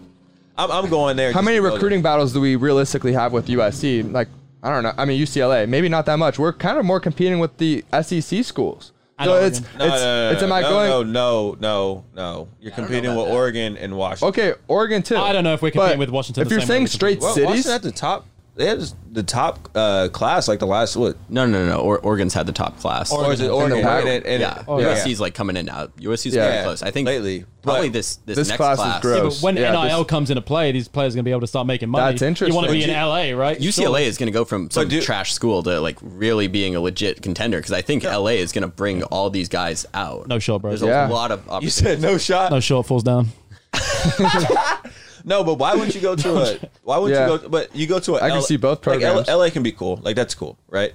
[SPEAKER 2] I'm, I'm going there.
[SPEAKER 3] how
[SPEAKER 2] just
[SPEAKER 3] many
[SPEAKER 2] to go
[SPEAKER 3] recruiting
[SPEAKER 2] there.
[SPEAKER 3] battles do we realistically have with USC? Like I don't know. I mean UCLA, maybe not that much. We're kind of more competing with the SEC schools. So
[SPEAKER 1] Oregon.
[SPEAKER 3] it's it's
[SPEAKER 2] No, no, no,
[SPEAKER 3] it's am
[SPEAKER 2] no,
[SPEAKER 3] I
[SPEAKER 2] no,
[SPEAKER 3] going
[SPEAKER 2] No, no, no, no. You're competing with Oregon and Washington.
[SPEAKER 3] okay? Oregon too.
[SPEAKER 1] I don't know if we're
[SPEAKER 3] But
[SPEAKER 1] competing with Washington.
[SPEAKER 3] If
[SPEAKER 1] the
[SPEAKER 3] you're
[SPEAKER 1] same way we
[SPEAKER 3] saying
[SPEAKER 1] compete.
[SPEAKER 3] straight
[SPEAKER 2] Well,
[SPEAKER 3] cities,
[SPEAKER 2] Washington at the top. They had the top uh, class, like the last what?
[SPEAKER 11] No, no, no. no. Or, Oregon's had the top class.
[SPEAKER 2] Or is it
[SPEAKER 3] Oregon.
[SPEAKER 2] Oregon?
[SPEAKER 3] In the Oh,
[SPEAKER 2] And, and,
[SPEAKER 3] Bible.
[SPEAKER 2] and,
[SPEAKER 11] yeah.
[SPEAKER 2] yeah.
[SPEAKER 11] USC's like coming in now. USC's
[SPEAKER 3] Yeah.
[SPEAKER 11] very close. I think
[SPEAKER 2] Lately,
[SPEAKER 11] probably
[SPEAKER 2] but
[SPEAKER 11] this this,
[SPEAKER 3] this
[SPEAKER 11] next
[SPEAKER 3] class is gross.
[SPEAKER 1] But when
[SPEAKER 3] Yeah,
[SPEAKER 1] NIL
[SPEAKER 3] this-
[SPEAKER 1] comes into play, these players are going to be able to start making money.
[SPEAKER 3] That's interesting.
[SPEAKER 1] You want to be
[SPEAKER 3] But
[SPEAKER 1] in LA, right?
[SPEAKER 11] UCLA is going to go from some
[SPEAKER 2] But do-
[SPEAKER 11] trash school to like really being a legit contender because I think LA is going to bring all these guys out.
[SPEAKER 1] No shot, bro.
[SPEAKER 11] There's
[SPEAKER 3] Yeah.
[SPEAKER 11] a lot of
[SPEAKER 2] You
[SPEAKER 11] opportunities.
[SPEAKER 2] said no shot.
[SPEAKER 1] No shot falls down.
[SPEAKER 2] No, but why would you go to a? Why would
[SPEAKER 3] Yeah.
[SPEAKER 2] you go? But you go to a.
[SPEAKER 3] I can see both
[SPEAKER 2] like, L-
[SPEAKER 3] programs.
[SPEAKER 2] LA can be cool. Like that's cool, right?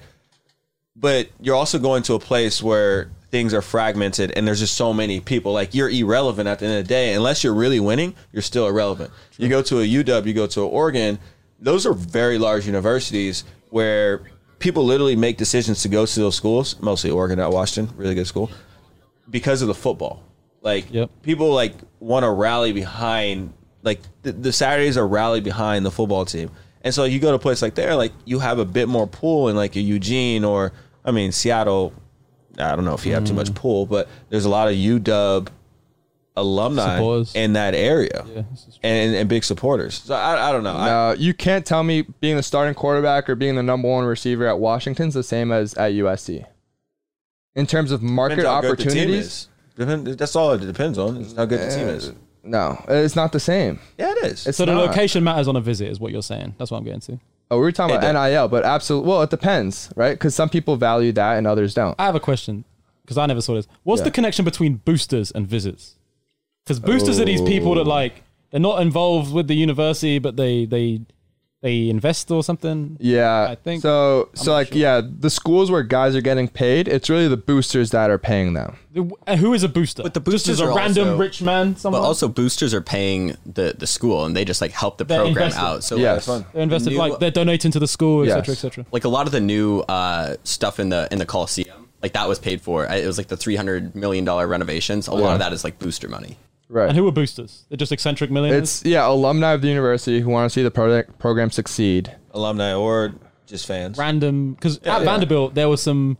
[SPEAKER 2] But you're also going to a place where things are fragmented and there's just so many people. Like you're irrelevant at the end of the day. Unless you're really winning, you're still irrelevant. You go to a UW, you go to a Oregon. Those are very large universities where people literally make decisions to go to those schools. Mostly Oregon, not Washington. Really good school because of the football. Like
[SPEAKER 1] Yep.
[SPEAKER 2] people like want to rally behind like the, the Saturdays are rally behind the football team, and so you go to a place like there, like you have a bit more pull in like a Eugene or I mean Seattle. I don't know if you have
[SPEAKER 1] Mm.
[SPEAKER 2] too much pull, but there's a lot of UW alumni
[SPEAKER 1] Supporters.
[SPEAKER 2] in that area
[SPEAKER 1] this is
[SPEAKER 2] and, and big supporters. So I, I don't know. I,
[SPEAKER 3] Uh, you can't tell me being the starting quarterback or being the number one receiver at Washington's the same as at USC. In terms of
[SPEAKER 2] depends
[SPEAKER 3] market
[SPEAKER 2] how good the team
[SPEAKER 3] opportunities,
[SPEAKER 2] is. Depend, that's all it depends on is how good the team is.
[SPEAKER 3] no, it's not the same.
[SPEAKER 2] Yeah, it is.
[SPEAKER 3] It's
[SPEAKER 1] So the
[SPEAKER 3] not.
[SPEAKER 1] location matters on a visit, is what you're saying. That's what I'm getting to.
[SPEAKER 3] Oh, we were talking
[SPEAKER 2] It
[SPEAKER 3] about NIL, but absolutely. Well, it depends, right? Because some people value that and others don't.
[SPEAKER 1] I have a question because I never saw this. What's
[SPEAKER 3] Yeah.
[SPEAKER 1] the connection between boosters and visits? Because boosters are these people that like they're not involved with the university, but they they they invest or something.
[SPEAKER 3] Yeah,
[SPEAKER 1] I think-
[SPEAKER 3] so.
[SPEAKER 1] not
[SPEAKER 3] So like, yeah, the schools where guys are getting paid, it's really the boosters that are paying them.
[SPEAKER 1] Uh, Who is a booster? But
[SPEAKER 11] the
[SPEAKER 1] just
[SPEAKER 11] boosters
[SPEAKER 1] as a
[SPEAKER 11] are
[SPEAKER 1] random
[SPEAKER 11] also-
[SPEAKER 1] rich man.
[SPEAKER 11] But
[SPEAKER 1] Somewhere?
[SPEAKER 11] also boosters are paying the, the school and they just like help the
[SPEAKER 1] They're
[SPEAKER 11] program
[SPEAKER 1] invested.
[SPEAKER 11] out. So
[SPEAKER 3] Yeah,
[SPEAKER 11] like,
[SPEAKER 3] it's fun.
[SPEAKER 1] they're invested,
[SPEAKER 11] new-
[SPEAKER 1] like they're donating to the school, etc.,
[SPEAKER 3] Yes.
[SPEAKER 1] etc.
[SPEAKER 11] like a lot of the new uh, stuff in the in the Coliseum, like that was paid for. I, it was like the three hundred million dollar renovations. A lot
[SPEAKER 3] Yeah.
[SPEAKER 11] of that is like booster money.
[SPEAKER 3] Right.
[SPEAKER 1] And who are boosters? They're just eccentric millionaires.
[SPEAKER 3] it's yeah, alumni of the university who want to see the product program succeed.
[SPEAKER 2] Alumni or just fans.
[SPEAKER 1] random because at
[SPEAKER 2] yeah.
[SPEAKER 1] Vanderbilt there were some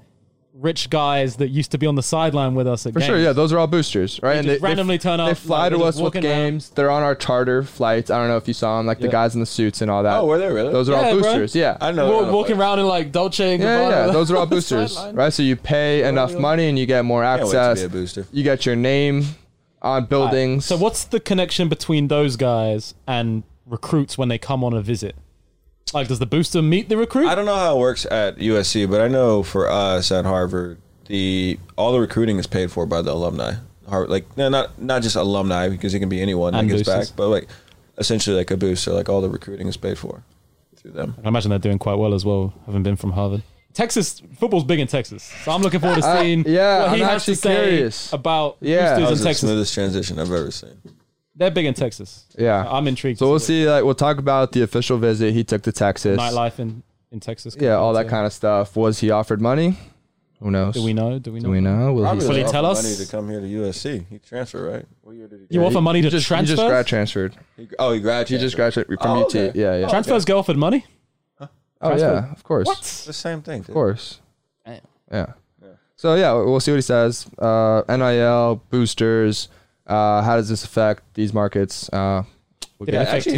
[SPEAKER 1] rich guys that used to be on the sideline with us at
[SPEAKER 3] For sure, yeah, those are all boosters, right?
[SPEAKER 1] just randomly
[SPEAKER 3] f-
[SPEAKER 1] turn up,
[SPEAKER 3] They fly
[SPEAKER 1] like,
[SPEAKER 3] to
[SPEAKER 1] they're
[SPEAKER 3] us
[SPEAKER 1] just
[SPEAKER 3] with
[SPEAKER 1] walking around.
[SPEAKER 3] games. They're on our charter flights. I don't know if you saw them, like the
[SPEAKER 1] Yeah.
[SPEAKER 3] guys in the suits and all that.
[SPEAKER 2] Oh, were they really?
[SPEAKER 3] Those are
[SPEAKER 1] Yeah,
[SPEAKER 3] all
[SPEAKER 1] bro.
[SPEAKER 3] boosters. Yeah,
[SPEAKER 2] I know.
[SPEAKER 1] Walk- walking around in like Dolce and
[SPEAKER 3] Yeah, yeah,
[SPEAKER 1] Gabbana.
[SPEAKER 3] yeah, those are all boosters,
[SPEAKER 1] Sideline.
[SPEAKER 3] right? So you pay enough money and you get more
[SPEAKER 2] wait to
[SPEAKER 3] access.
[SPEAKER 2] be a booster.
[SPEAKER 3] You get your name on buildings.
[SPEAKER 1] So what's the connection between those guys and recruits when they come on a visit? Like, does the booster meet the recruit?
[SPEAKER 2] I don't know how it works at USC, but I know for us at Harvard, the all the recruiting is paid for by the alumni. Harvard, like no, not not just alumni because it can be anyone that
[SPEAKER 1] And
[SPEAKER 2] gets
[SPEAKER 1] boosters.
[SPEAKER 2] back, but like essentially like a booster. Like all the recruiting is paid for through them.
[SPEAKER 1] I imagine they're doing quite well as well, having been from Harvard. Texas football's big in Texas, so I'm looking forward to
[SPEAKER 2] Uh,
[SPEAKER 1] seeing
[SPEAKER 2] yeah,
[SPEAKER 1] what he
[SPEAKER 2] I'm
[SPEAKER 1] has to
[SPEAKER 2] actually
[SPEAKER 1] say
[SPEAKER 2] curious.
[SPEAKER 1] about
[SPEAKER 2] that
[SPEAKER 1] boosters
[SPEAKER 2] was
[SPEAKER 1] in
[SPEAKER 2] the
[SPEAKER 1] Texas.
[SPEAKER 2] smoothest transition I've ever seen.
[SPEAKER 1] They're big in Texas.
[SPEAKER 3] Yeah,
[SPEAKER 1] I'm intrigued.
[SPEAKER 3] So we'll see. Like we'll talk about the official visit he took to Texas,
[SPEAKER 1] Nightlife in, in Texas.
[SPEAKER 3] yeah, all that kind of stuff. Was he offered money? Who knows?
[SPEAKER 1] Do we know? Do we know?
[SPEAKER 3] Do we know? Will
[SPEAKER 2] Probably
[SPEAKER 3] he,
[SPEAKER 2] offered money to come here to USC? He transferred, right? What year did he?
[SPEAKER 1] You
[SPEAKER 2] transfer?
[SPEAKER 1] offer money to
[SPEAKER 3] He just- he
[SPEAKER 1] transfer?
[SPEAKER 3] just grad transferred.
[SPEAKER 2] He- oh, he graduated.
[SPEAKER 3] He just graduated from
[SPEAKER 2] Oh,
[SPEAKER 3] UT.
[SPEAKER 2] okay.
[SPEAKER 3] Yeah, yeah.
[SPEAKER 1] Transfers get offered money?
[SPEAKER 3] Oh
[SPEAKER 1] Transfer-
[SPEAKER 3] yeah, of course.
[SPEAKER 1] What?
[SPEAKER 2] The same thing.
[SPEAKER 3] Of course. Yeah. So yeah, we'll see what he says. Uh, NIL boosters. Uh, how does this affect these markets? Uh, we'll
[SPEAKER 1] Did
[SPEAKER 3] get-
[SPEAKER 1] it affect his,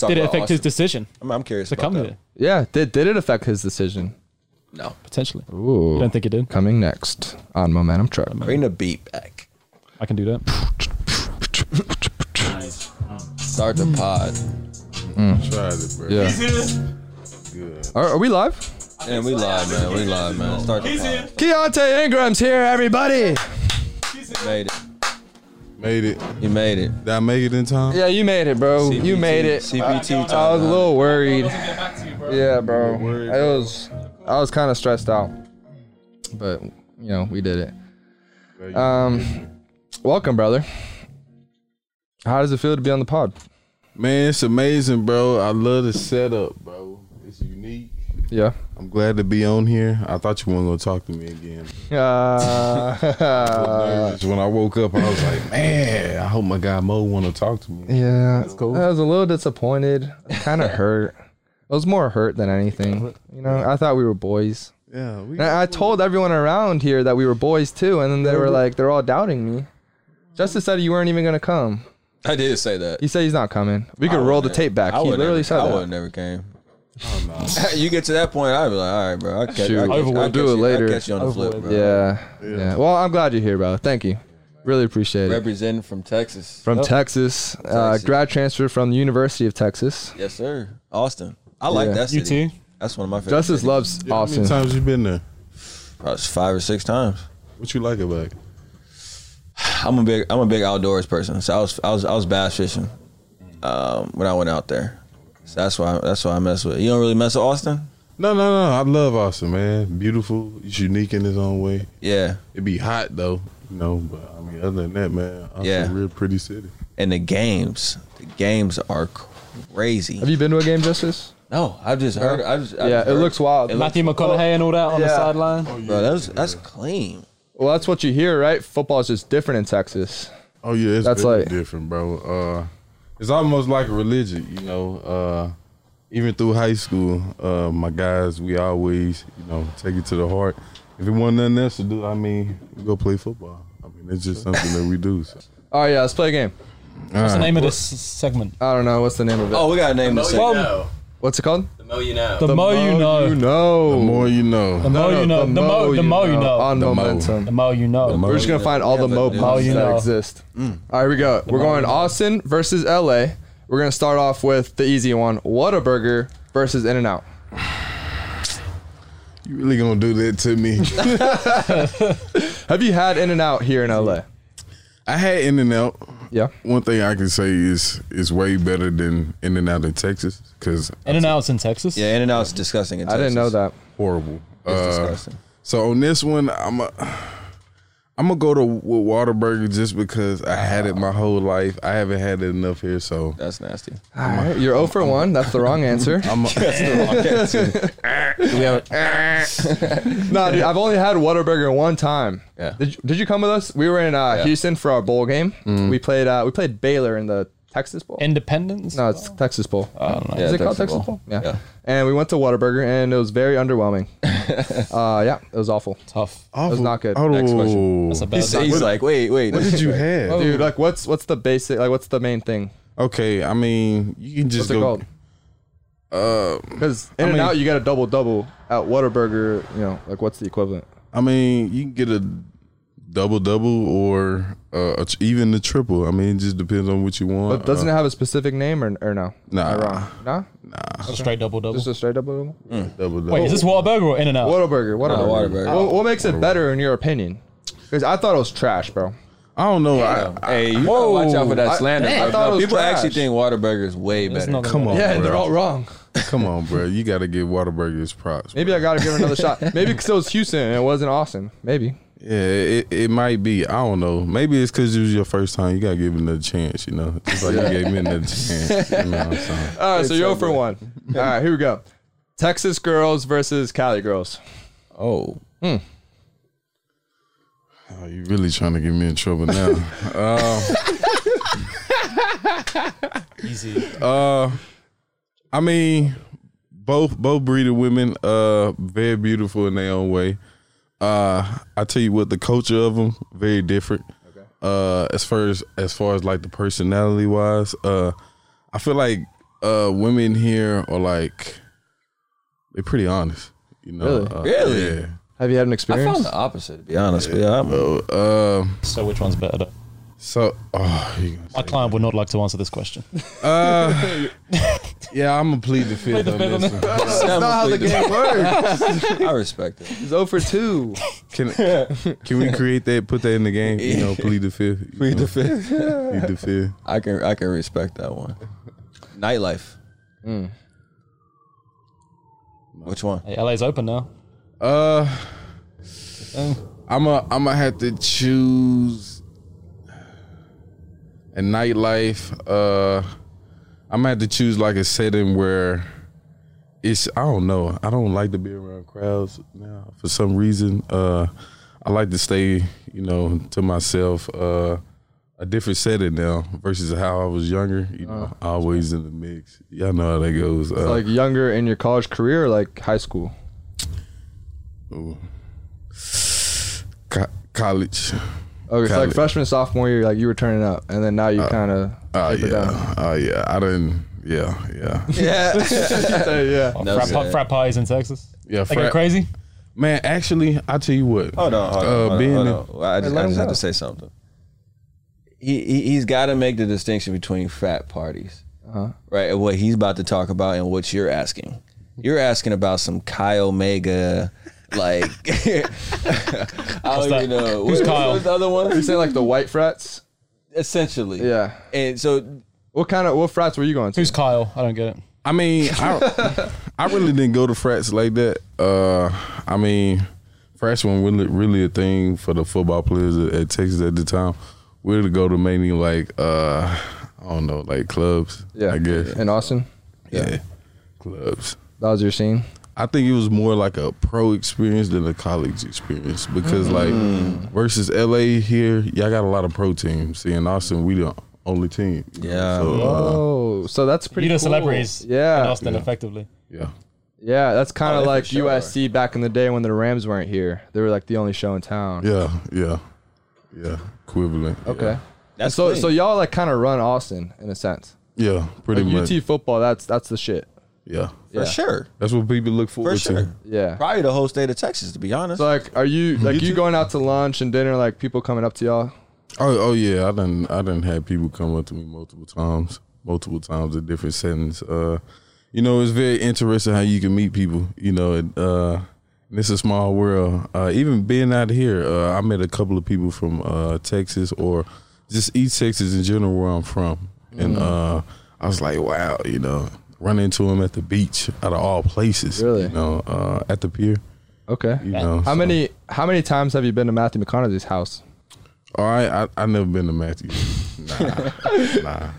[SPEAKER 1] Did it affect his decision?
[SPEAKER 2] I'm, I'm curious
[SPEAKER 1] to come here.
[SPEAKER 3] Yeah. Did did it affect his decision?
[SPEAKER 2] No.
[SPEAKER 1] Potentially.
[SPEAKER 3] Ooh.
[SPEAKER 1] Don't think it did.
[SPEAKER 3] Coming next on Momentum Truck.
[SPEAKER 2] Bring the beat back.
[SPEAKER 1] I can do that.
[SPEAKER 2] Start the pod.
[SPEAKER 4] Tried it, bro.
[SPEAKER 3] Yeah. Are, are we live?
[SPEAKER 2] And we live, man. We live, man. Start the pod.
[SPEAKER 3] Keontae Ingram's here, everybody.
[SPEAKER 2] Made it.
[SPEAKER 4] Made it.
[SPEAKER 2] You made it.
[SPEAKER 4] Did I make it in time?
[SPEAKER 3] Yeah, you made it, bro. you
[SPEAKER 2] CPT
[SPEAKER 3] made it.
[SPEAKER 2] CPT
[SPEAKER 3] I,
[SPEAKER 2] time,
[SPEAKER 3] I was a
[SPEAKER 2] huh?
[SPEAKER 3] little worried. Yeah, bro. I was I was kind of stressed out, but you know we did it. Um, welcome, brother. How does it feel to be on the pod?
[SPEAKER 4] Man, it's amazing, bro. I love the setup, bro. It's unique.
[SPEAKER 3] Yeah.
[SPEAKER 4] I'm glad to be on here. I thought you weren't gonna talk to me again.
[SPEAKER 3] Uh,
[SPEAKER 4] Nervous. when I woke up, I was like, man, I hope my guy Mo wanna talk to me.
[SPEAKER 3] yeah, I was a little disappointed. Kind of hurt. I was more hurt than anything. You know, I thought we were boys.
[SPEAKER 4] Yeah, we
[SPEAKER 3] And I I told everyone around here that we were boys too, and then they were like, they're all doubting me. Justice said you weren't even gonna come.
[SPEAKER 2] I did say that.
[SPEAKER 3] He said he's not coming. We could roll the tape back.
[SPEAKER 2] I
[SPEAKER 3] he
[SPEAKER 2] would
[SPEAKER 3] literally
[SPEAKER 2] never,
[SPEAKER 3] said
[SPEAKER 2] I
[SPEAKER 3] that.
[SPEAKER 2] would never came. you get to that point, I'd be like, all right, bro. I'll catch,
[SPEAKER 3] Shoot.
[SPEAKER 2] I'll catch,
[SPEAKER 3] Over with.
[SPEAKER 2] I'll
[SPEAKER 3] We'll
[SPEAKER 2] catch
[SPEAKER 3] do
[SPEAKER 2] you,
[SPEAKER 3] it later.
[SPEAKER 2] I'll catch you on the flip, bro.
[SPEAKER 3] Yeah, yeah. Well, I'm glad you're here, bro. Thank you. Really appreciate it.
[SPEAKER 2] Representing from Texas.
[SPEAKER 3] From Texas, uh,
[SPEAKER 2] Texas.
[SPEAKER 3] grad transfer from the University of Texas.
[SPEAKER 2] Yes, sir. Austin. I like
[SPEAKER 3] Yeah.
[SPEAKER 2] that
[SPEAKER 1] You
[SPEAKER 2] city.
[SPEAKER 1] too.
[SPEAKER 2] That's one of my favorite.
[SPEAKER 3] Justice
[SPEAKER 2] cities.
[SPEAKER 3] loves
[SPEAKER 4] How many
[SPEAKER 3] Austin.
[SPEAKER 4] times you been there?
[SPEAKER 2] Probably five or six times.
[SPEAKER 4] What you like about it?
[SPEAKER 2] I'm a big I'm a big outdoors person. So I was I was I was bass fishing um, when I went out there. So that's why that's why I mess with. You don't really mess with Austin?
[SPEAKER 4] No, no, no. I love Austin, man. Beautiful. It's unique in its own way.
[SPEAKER 2] Yeah.
[SPEAKER 4] It'd be hot though, you know. But I mean, other than that, man, Austin's
[SPEAKER 2] Yeah.
[SPEAKER 4] a real pretty city.
[SPEAKER 2] And the games, the games are crazy.
[SPEAKER 3] Have you been to a game, Justice?
[SPEAKER 2] no, I've just heard. I just, I
[SPEAKER 3] Yeah,
[SPEAKER 2] just
[SPEAKER 3] it
[SPEAKER 2] heard-
[SPEAKER 3] looks wild.
[SPEAKER 2] It looks-
[SPEAKER 1] Matthew McConaughey and all that on the
[SPEAKER 3] Yeah.
[SPEAKER 1] sideline.
[SPEAKER 2] bro, that's that's clean.
[SPEAKER 3] Well, that's what you hear, right? Football is just different in Texas.
[SPEAKER 4] Oh yeah, it's
[SPEAKER 3] That's
[SPEAKER 4] that's
[SPEAKER 3] like-
[SPEAKER 4] different, bro. Uh, it's almost like a religion, you know. Uh, even through high school, uh, my guys, we always, you know, take it to the heart. If it wasn't nothing else to do, I mean, we go play football. I mean, it's just something that we do. So.
[SPEAKER 3] All right, yeah, let's play a game.
[SPEAKER 1] What's the name of this s- segment?
[SPEAKER 3] I don't know what's the name of it.
[SPEAKER 2] Oh, we gotta name this.
[SPEAKER 1] Well,
[SPEAKER 3] What's it called?
[SPEAKER 11] No, you know.
[SPEAKER 1] the, more you know,
[SPEAKER 3] You know.
[SPEAKER 4] The more you know.
[SPEAKER 1] the more
[SPEAKER 3] No,
[SPEAKER 1] you
[SPEAKER 3] no,
[SPEAKER 1] know, the more the more you know,
[SPEAKER 3] On
[SPEAKER 4] The mo.
[SPEAKER 3] momentum.
[SPEAKER 1] the more you know.
[SPEAKER 3] We're just gonna find all the
[SPEAKER 2] but
[SPEAKER 3] mo
[SPEAKER 2] it's-
[SPEAKER 1] Oh,
[SPEAKER 3] puns
[SPEAKER 1] you
[SPEAKER 3] that
[SPEAKER 1] know.
[SPEAKER 3] exist. All right, we go. We're going Austin versus LA. We're gonna start off with the easy one: Whataburger versus In and Out.
[SPEAKER 4] You really gonna do that to me?
[SPEAKER 3] Have you had In and Out here in LA?
[SPEAKER 4] I had In and Out.
[SPEAKER 3] Yeah.
[SPEAKER 4] One thing I can say is is way better than In and Out in Texas because
[SPEAKER 1] In and outs in Texas.
[SPEAKER 2] Yeah, In and Out's disgusting. In
[SPEAKER 3] I didn't know
[SPEAKER 2] Texas.
[SPEAKER 3] that.
[SPEAKER 4] horrible.
[SPEAKER 2] It's
[SPEAKER 4] Uh,
[SPEAKER 2] disgusting.
[SPEAKER 4] So on this one, I'm a, I'm gonna go to with Waterburger just because I had it my whole life. I haven't had it enough here, so
[SPEAKER 2] That's nasty.
[SPEAKER 3] All right, you're 0 for one. That's the wrong answer.
[SPEAKER 4] I'm a,
[SPEAKER 3] no, dude, I've only had Whataburger one time.
[SPEAKER 2] Yeah.
[SPEAKER 3] Did you, did you come with us? We were in uh, Houston for our bowl game. We played uh, we played Baylor in the Texas Bowl.
[SPEAKER 1] Independence.
[SPEAKER 3] no, it's Texas Bowl.
[SPEAKER 2] Yeah,
[SPEAKER 3] Is it
[SPEAKER 2] Texas
[SPEAKER 3] called Texas
[SPEAKER 2] Bowl.
[SPEAKER 3] Bowl? Yeah.
[SPEAKER 2] Yeah.
[SPEAKER 3] And we went to Whataburger and it was very underwhelming. uh, yeah, it was awful.
[SPEAKER 1] tough.
[SPEAKER 4] it
[SPEAKER 3] was not good.
[SPEAKER 2] Next
[SPEAKER 4] Oh,
[SPEAKER 2] question.
[SPEAKER 1] That's a Oh. bad.
[SPEAKER 2] He's, he's like, wait, wait.
[SPEAKER 4] what did you have?
[SPEAKER 3] Dude, like what's what's the basic like what's the main thing?
[SPEAKER 4] Okay, I mean you can
[SPEAKER 3] What's
[SPEAKER 4] just
[SPEAKER 3] it
[SPEAKER 4] go.
[SPEAKER 3] called? Because in and
[SPEAKER 4] mean-
[SPEAKER 3] out you got a double double at Whataburger, you know, like what's the equivalent?
[SPEAKER 4] I mean you can get a double double or uh, a, tr- even the triple. I mean it just depends on what you want.
[SPEAKER 3] But doesn't
[SPEAKER 4] uh,
[SPEAKER 3] it have a specific name or, or no?
[SPEAKER 4] Nah.
[SPEAKER 3] Am I wrong? Nah?
[SPEAKER 1] a straight double double.
[SPEAKER 3] Just a straight double double?
[SPEAKER 4] double double?
[SPEAKER 1] Wait, is this Whataburger or In and Out?
[SPEAKER 3] Whataburger, Whataburger.
[SPEAKER 2] Whataburger.
[SPEAKER 3] What, what makes it better in your opinion? Because I thought it was trash, bro.
[SPEAKER 4] I don't know. I,
[SPEAKER 2] hey, you gotta watch out for that slander. bro. People actually think
[SPEAKER 4] Waterburger is way
[SPEAKER 2] That's better. not
[SPEAKER 4] Come
[SPEAKER 2] gonna
[SPEAKER 4] on,
[SPEAKER 2] work. Yeah,
[SPEAKER 4] bro.
[SPEAKER 2] they're all
[SPEAKER 3] wrong.
[SPEAKER 4] Come on, bro. You got to give Waterburger his props.
[SPEAKER 3] Maybe I gotta give it another shot. Maybe because it was Houston and it wasn't Austin. Maybe.
[SPEAKER 4] Yeah, it, it might be. I don't know. Maybe it's because it was your first time. You got to give it another chance, you know? Just like you gave me another chance. You know what I'm saying?
[SPEAKER 3] All right, so you're 0 for one. All right, here we go. Texas girls versus Cali girls.
[SPEAKER 2] Oh.
[SPEAKER 4] Oh, you really trying to get me in trouble now. um,
[SPEAKER 1] Easy.
[SPEAKER 4] Uh, I mean, both both breed of women, uh, very beautiful in their own way. Uh, I tell you what, the culture of them very different. Okay. Uh, as far as as far as like the personality wise, uh, I feel like uh women here are like they're pretty honest. You know,
[SPEAKER 2] Really?
[SPEAKER 4] Uh,
[SPEAKER 2] Really?
[SPEAKER 4] yeah.
[SPEAKER 3] Have you had an
[SPEAKER 2] I found the opposite. To be honest, with you.
[SPEAKER 4] yeah. Uh,
[SPEAKER 1] so which one's better? Though?
[SPEAKER 4] So, oh,
[SPEAKER 1] my client would not like to answer this question.
[SPEAKER 4] Uh, yeah, I'm gonna plead the
[SPEAKER 1] Plead
[SPEAKER 4] fifth.
[SPEAKER 1] the
[SPEAKER 4] on
[SPEAKER 1] fifth on
[SPEAKER 4] this
[SPEAKER 1] that.
[SPEAKER 4] one.
[SPEAKER 1] That's not how the game
[SPEAKER 3] works.
[SPEAKER 2] I respect it.
[SPEAKER 3] It's 0 for 2.
[SPEAKER 4] Can can we create that? Put that in the game. You know, plead the fifth. you
[SPEAKER 2] Plead
[SPEAKER 4] know?
[SPEAKER 2] the fifth.
[SPEAKER 4] plead the fifth.
[SPEAKER 2] I can I can respect that one. Nightlife.
[SPEAKER 3] Hmm.
[SPEAKER 2] Which one?
[SPEAKER 1] Hey, LA's open now.
[SPEAKER 4] Uh,
[SPEAKER 3] Oh.
[SPEAKER 4] I'm a I'm gonna have to choose a nightlife. Uh, I'm gonna have to choose like a setting where it's I don't know. I don't like to be around crowds now for some reason. Uh, I like to stay, you know, to myself. Uh, a different setting now versus how I was younger. You know, always in the mix. Y'all know how that goes.
[SPEAKER 3] Uh, It's
[SPEAKER 4] Uh,
[SPEAKER 3] like younger in your college career, or like high school.
[SPEAKER 4] Ooh. Co- college.
[SPEAKER 3] Okay, it's like
[SPEAKER 4] College.
[SPEAKER 3] freshman, sophomore year, like you were turning up, and then now you kind of.
[SPEAKER 4] Oh yeah. Oh yeah. I didn't. Yeah. Yeah.
[SPEAKER 3] Yeah. yeah.
[SPEAKER 1] Oh,
[SPEAKER 4] No
[SPEAKER 1] frat,
[SPEAKER 4] shit.
[SPEAKER 1] pi- frat pies in Texas.
[SPEAKER 4] Yeah.
[SPEAKER 1] They go crazy.
[SPEAKER 4] Man, actually, I tell you what.
[SPEAKER 2] Hold on, hold on.
[SPEAKER 4] Uh,
[SPEAKER 2] hold on,
[SPEAKER 4] being
[SPEAKER 2] hold
[SPEAKER 4] in-
[SPEAKER 2] on. I just, I just have to say something. He, he he's got to make the distinction between frat parties,
[SPEAKER 3] Uh-huh.
[SPEAKER 2] right? And what he's about to talk about and what you're asking. You're asking about some Kai Omega, like I don't even know What- what's the other one?
[SPEAKER 3] You saying like the white frats?
[SPEAKER 2] Essentially,
[SPEAKER 3] Yeah.
[SPEAKER 2] And so,
[SPEAKER 3] what kind of what frats were you going to?
[SPEAKER 1] Who's Kyle? I don't get it.
[SPEAKER 4] I mean, I, I really didn't go to frats like that. Uh, I mean, frats weren't really, really a thing for the football players at, at Texas at the time. We would go to mainly like uh, I don't know, like clubs.
[SPEAKER 3] Yeah.
[SPEAKER 4] I guess.
[SPEAKER 3] In Austin,
[SPEAKER 4] Yeah. Clubs.
[SPEAKER 3] that was your scene.
[SPEAKER 4] I think it was more like a pro experience than a college experience because like versus LA here, y'all got a lot of pro teams. See in Austin, we the only team. Yeah. So, uh,
[SPEAKER 3] Oh, so that's pretty.
[SPEAKER 1] you know
[SPEAKER 3] cool.
[SPEAKER 1] celebrities
[SPEAKER 3] Yeah.
[SPEAKER 1] in Austin effectively.
[SPEAKER 4] yeah.
[SPEAKER 3] Yeah, that's kind
[SPEAKER 1] Oh,
[SPEAKER 3] of
[SPEAKER 1] yeah, for
[SPEAKER 3] like
[SPEAKER 1] sure.
[SPEAKER 3] USC back in the day when the Rams weren't here. They were like the only show in town.
[SPEAKER 4] Yeah. Yeah. Yeah. Equivalent.
[SPEAKER 3] Okay.
[SPEAKER 4] Yeah.
[SPEAKER 3] And so so y'all like kind of run Austin in a sense.
[SPEAKER 4] Yeah, pretty
[SPEAKER 3] Like,
[SPEAKER 4] much.
[SPEAKER 3] UT football, that's that's the shit.
[SPEAKER 4] Yeah.
[SPEAKER 3] For Yeah.
[SPEAKER 2] sure.
[SPEAKER 4] That's what people look
[SPEAKER 2] for
[SPEAKER 4] forward
[SPEAKER 2] sure,
[SPEAKER 4] to.
[SPEAKER 3] Yeah.
[SPEAKER 2] probably the whole state of Texas, to be honest.
[SPEAKER 3] So like, are you like you going out to lunch and dinner? Like people coming up to y'all?
[SPEAKER 4] Oh, oh yeah, I done I done had people come up to me multiple times, multiple times in different settings. Uh, you know, it's very interesting how you can meet people. You know, and, uh, and it's a small world. Uh, even being out here, uh, I met a couple of people from uh, Texas or just East Texas in general, where I'm from, and
[SPEAKER 3] Mm-hmm.
[SPEAKER 4] uh, I was like, wow, you know, run into them at the beach, out of all places,
[SPEAKER 3] Really?
[SPEAKER 4] you know, uh, at the pier.
[SPEAKER 3] Okay.
[SPEAKER 4] You know,
[SPEAKER 3] how
[SPEAKER 4] so-
[SPEAKER 3] many how many times have you been to Matthew McConaughey's house?
[SPEAKER 4] All right, I I never been to Matthew. Nah, nah,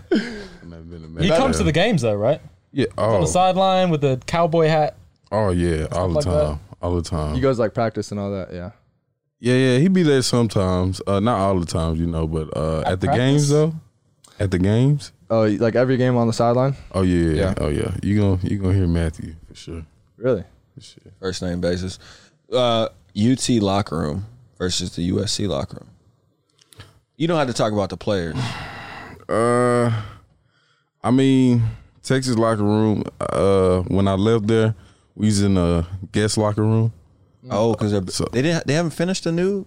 [SPEAKER 4] never been to Matthew.
[SPEAKER 1] He comes to the games though, right?
[SPEAKER 4] Yeah.
[SPEAKER 1] On the
[SPEAKER 4] Oh,
[SPEAKER 1] sideline with the cowboy hat.
[SPEAKER 4] oh yeah, all the
[SPEAKER 1] like that.
[SPEAKER 4] time, all the time.
[SPEAKER 3] You guys like practice and all that? Yeah.
[SPEAKER 4] yeah, yeah, he be there sometimes. Uh, not all the times, you know, but uh, at, the
[SPEAKER 3] practice?
[SPEAKER 4] games though. At the games.
[SPEAKER 3] Oh, you- like every game on the sideline?
[SPEAKER 4] Oh yeah,
[SPEAKER 3] Yeah.
[SPEAKER 4] yeah. Oh yeah. You gonna you gonna hear Matthew for sure.
[SPEAKER 3] Really?
[SPEAKER 2] First name basis. Uh, UT locker room versus the USC locker room. You don't have to talk about the players.
[SPEAKER 4] Uh, I mean, Texas locker room. Uh, when I left there, we was in a guest locker room.
[SPEAKER 2] Oh, because they're
[SPEAKER 4] So-
[SPEAKER 2] they didn't they haven't finished the new.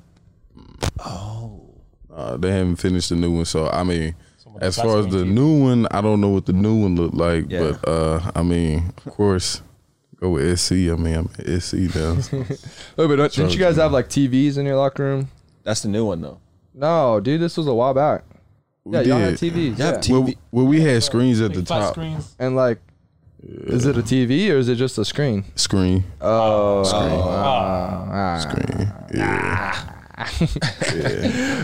[SPEAKER 4] Uh, they haven't finished the new one, so I mean, as
[SPEAKER 1] that's
[SPEAKER 4] far as the
[SPEAKER 1] gonna be-
[SPEAKER 4] new one, I don't know what the new one looked like,
[SPEAKER 2] Yeah.
[SPEAKER 4] but uh, I mean, of course, go with SC. I mean, I'm at SC now.
[SPEAKER 3] Oh, but don't- didn't you guys have like TVs in your locker room?
[SPEAKER 2] That's the new one though.
[SPEAKER 3] No, dude, this was a while back.
[SPEAKER 4] We
[SPEAKER 3] yeah, y'all had
[SPEAKER 4] did.
[SPEAKER 3] TVs. Yeah,
[SPEAKER 4] Well, well, we had screens at
[SPEAKER 3] Oh,
[SPEAKER 4] the top.
[SPEAKER 3] And like, is it a TV or is it just a screen?
[SPEAKER 4] Screen.
[SPEAKER 3] Oh,
[SPEAKER 4] Screen.
[SPEAKER 3] ah.
[SPEAKER 4] Screen. Yeah.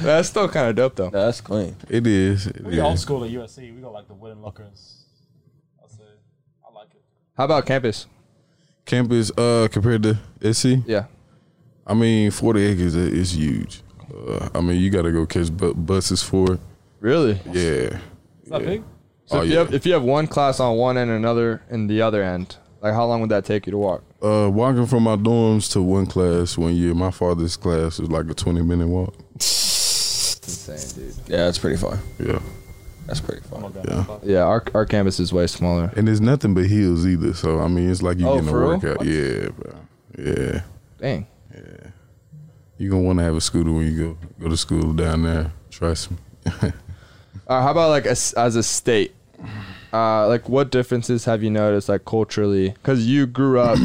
[SPEAKER 3] That's still kind of dope though.
[SPEAKER 2] That's clean.
[SPEAKER 4] It is. It
[SPEAKER 3] We
[SPEAKER 4] is.
[SPEAKER 3] all-
[SPEAKER 5] Old school at USC, we got like the wooden lockers.
[SPEAKER 3] How about campus?
[SPEAKER 4] Campus uh compared to SC?
[SPEAKER 3] Yeah.
[SPEAKER 4] I mean, 40 acres i- is huge. Uh, I mean, you got to go catch bu- buses for it.
[SPEAKER 3] Really?
[SPEAKER 4] Yeah.
[SPEAKER 3] Is that big? So
[SPEAKER 4] Oh,
[SPEAKER 3] if, you
[SPEAKER 4] yeah.
[SPEAKER 3] have, if you have one class on one end and another in the other end, like how long would that take you to walk?
[SPEAKER 4] Uh, walking from my dorms to one class one year, my father's class was like a 20 minute walk.
[SPEAKER 3] Insane, dude.
[SPEAKER 2] Yeah, that's pretty far.
[SPEAKER 4] Yeah.
[SPEAKER 2] That's pretty far.
[SPEAKER 4] Yeah.
[SPEAKER 3] Yeah, our, our campus is way smaller.
[SPEAKER 4] And there's nothing but hills either. So, I mean, it's like you
[SPEAKER 3] Oh,
[SPEAKER 4] getting a
[SPEAKER 3] for real?
[SPEAKER 4] workout. Yeah, bro. Yeah.
[SPEAKER 3] Dang.
[SPEAKER 4] You're going to want to have a scooter when you go, go to school down there. Trust me.
[SPEAKER 3] All right, Uh, how about like as, as a state? Uh, like what differences have you noticed like culturally? Because you grew up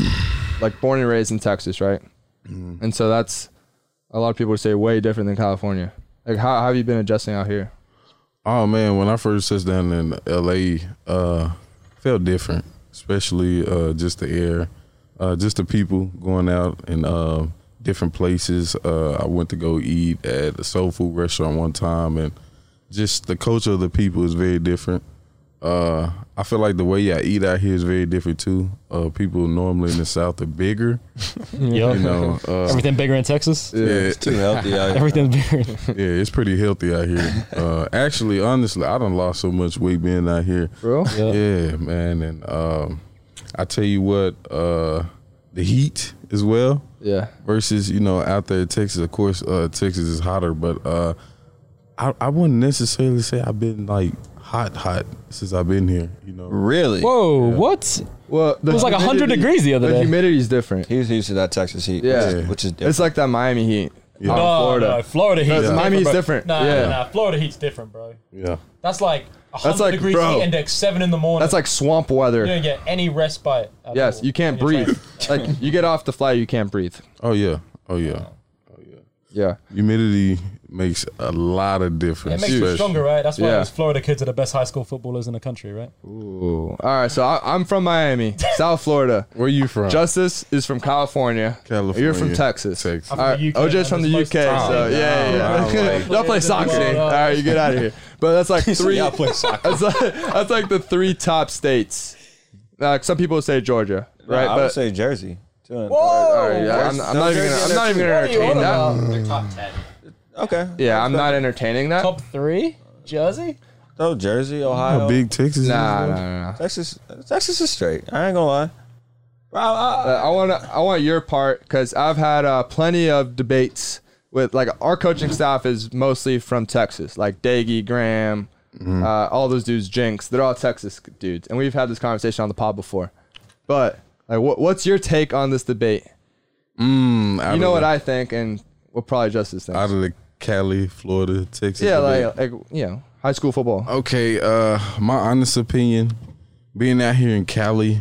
[SPEAKER 3] like born and raised in Texas, right? And so that's a lot of people would say way different than California. Like how, how have you been adjusting out here?
[SPEAKER 4] Oh man, when I first touched down in LA, uh felt different. Especially uh just the air, uh just the people going out and uh different places. Uh I went to go eat at a soul food restaurant one time and just the culture of the people is very different. Uh I feel like the way I eat out here is very different too. Uh people normally in the south are bigger.
[SPEAKER 1] Yup.
[SPEAKER 4] You know, uh,
[SPEAKER 1] Everything bigger in Texas? Everything bigger.
[SPEAKER 4] yeah, it's pretty healthy out here. Uh, actually, honestly, I done lost so much weight being out here.
[SPEAKER 3] Bro?
[SPEAKER 4] Yeah, man. And um, I tell you what, uh, the heat as well.
[SPEAKER 3] Yeah.
[SPEAKER 4] Versus, you know, out there in Texas, of course, uh, Texas is hotter, but uh, I, I wouldn't necessarily say I've been like hot, hot since I've been here, you know.
[SPEAKER 2] Really?
[SPEAKER 1] Whoa, what?
[SPEAKER 3] Well,
[SPEAKER 1] It was like 100 degrees the other
[SPEAKER 3] the
[SPEAKER 1] day.
[SPEAKER 3] humidity is different.
[SPEAKER 2] He's used to that Texas heat, which,
[SPEAKER 3] Yeah.
[SPEAKER 2] is, which is different.
[SPEAKER 3] It's like that Miami heat.
[SPEAKER 4] Yeah.
[SPEAKER 3] out in
[SPEAKER 5] No,
[SPEAKER 1] Uh,
[SPEAKER 3] Florida.
[SPEAKER 5] no, Florida heat.
[SPEAKER 3] That's- Miami is different.
[SPEAKER 5] Nah,
[SPEAKER 3] yeah.
[SPEAKER 5] nah, nah, Florida heat's different, bro.
[SPEAKER 4] Yeah.
[SPEAKER 5] That's like a
[SPEAKER 3] That's
[SPEAKER 5] 100
[SPEAKER 3] like,
[SPEAKER 5] degrees
[SPEAKER 3] bro.
[SPEAKER 5] heat index, 7 in the morning.
[SPEAKER 3] That's like swamp weather.
[SPEAKER 5] You don't get any respite. at
[SPEAKER 3] Yes,
[SPEAKER 5] all.
[SPEAKER 3] you can't breathe. like you get off the flight, you can't breathe.
[SPEAKER 4] Oh, yeah. Oh, yeah.
[SPEAKER 3] Yeah.
[SPEAKER 4] Humidity makes a lot of
[SPEAKER 5] It
[SPEAKER 4] difference.
[SPEAKER 5] makes you
[SPEAKER 4] especially-
[SPEAKER 5] stronger, right? That's why
[SPEAKER 3] Yeah.
[SPEAKER 5] those Florida kids are the best high school footballers in the country, right?
[SPEAKER 3] Ooh. All right, so I, I'm from Miami, South Florida.
[SPEAKER 4] Where you from?
[SPEAKER 3] Justice is from California.
[SPEAKER 4] California.
[SPEAKER 3] You're from Texas.
[SPEAKER 4] Texas.
[SPEAKER 3] All right, OJ's from the UK, so yeah, yeah. yeah.
[SPEAKER 4] like-
[SPEAKER 3] Y'all play soccer. All right, you get out of here. But that's like three.
[SPEAKER 2] Y'all play soccer.
[SPEAKER 3] That's like, that's like the three top states. Like some people say Georgia,
[SPEAKER 2] Nah,
[SPEAKER 3] right?
[SPEAKER 2] I would
[SPEAKER 3] but
[SPEAKER 2] say Jersey. Too. and-
[SPEAKER 3] all right, yeah, I'm, I'm not even gonna, I'm not even gonna entertain that.
[SPEAKER 2] Okay.
[SPEAKER 3] Yeah, I'm not entertaining that.
[SPEAKER 5] Top three? Jersey?
[SPEAKER 2] Oh, Jersey, Ohio.
[SPEAKER 4] How big Texas is.
[SPEAKER 3] Nah,
[SPEAKER 4] bro?
[SPEAKER 3] nah, nah, nah.
[SPEAKER 2] Texas, Texas is straight. I ain't gonna lie. Bro, I-
[SPEAKER 3] Uh, I want to. I want your part because I've had uh, plenty of debates with like our coaching staff is mostly from Texas, like Daggy Graham,
[SPEAKER 4] Mm-hmm.
[SPEAKER 3] uh, all those dudes, Jinx. They're all Texas dudes, and we've had this conversation on the pod before. But like, what, what's your take on this debate?
[SPEAKER 4] Mm, out
[SPEAKER 3] You
[SPEAKER 4] of
[SPEAKER 3] know
[SPEAKER 4] the-
[SPEAKER 3] what I think, and we'll probably Justice
[SPEAKER 4] out
[SPEAKER 3] thinks.
[SPEAKER 4] of the Cali, Florida, Texas.
[SPEAKER 3] Yeah,
[SPEAKER 4] debate.
[SPEAKER 3] like, like you know, high school football.
[SPEAKER 4] okay. Uh, my honest opinion, being out here in Cali,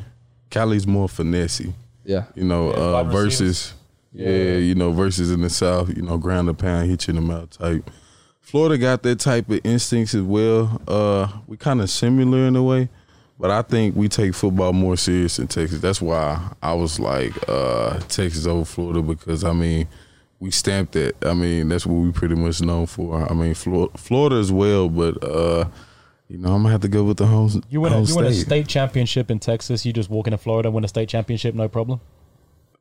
[SPEAKER 4] Cali's more finessey.
[SPEAKER 3] Yeah,
[SPEAKER 4] You know, uh,
[SPEAKER 5] wide receivers.
[SPEAKER 4] versus yeah. you know, versus in the South, you know, ground the pound, hit you in the mouth type. Florida got that type of instincts as well. Uh, we kind of similar in a way, but I think we take football more serious in Texas. That's why I was like uh, Texas over Florida because I mean we stamped it. I mean that's what we pretty much known for. I mean Flor- Florida as well, but uh, you know I'm gonna have to go with the home.
[SPEAKER 5] You win, a,
[SPEAKER 4] home
[SPEAKER 5] you win a
[SPEAKER 4] state.
[SPEAKER 5] state championship in Texas, you just walk into Florida and win a state championship, no problem.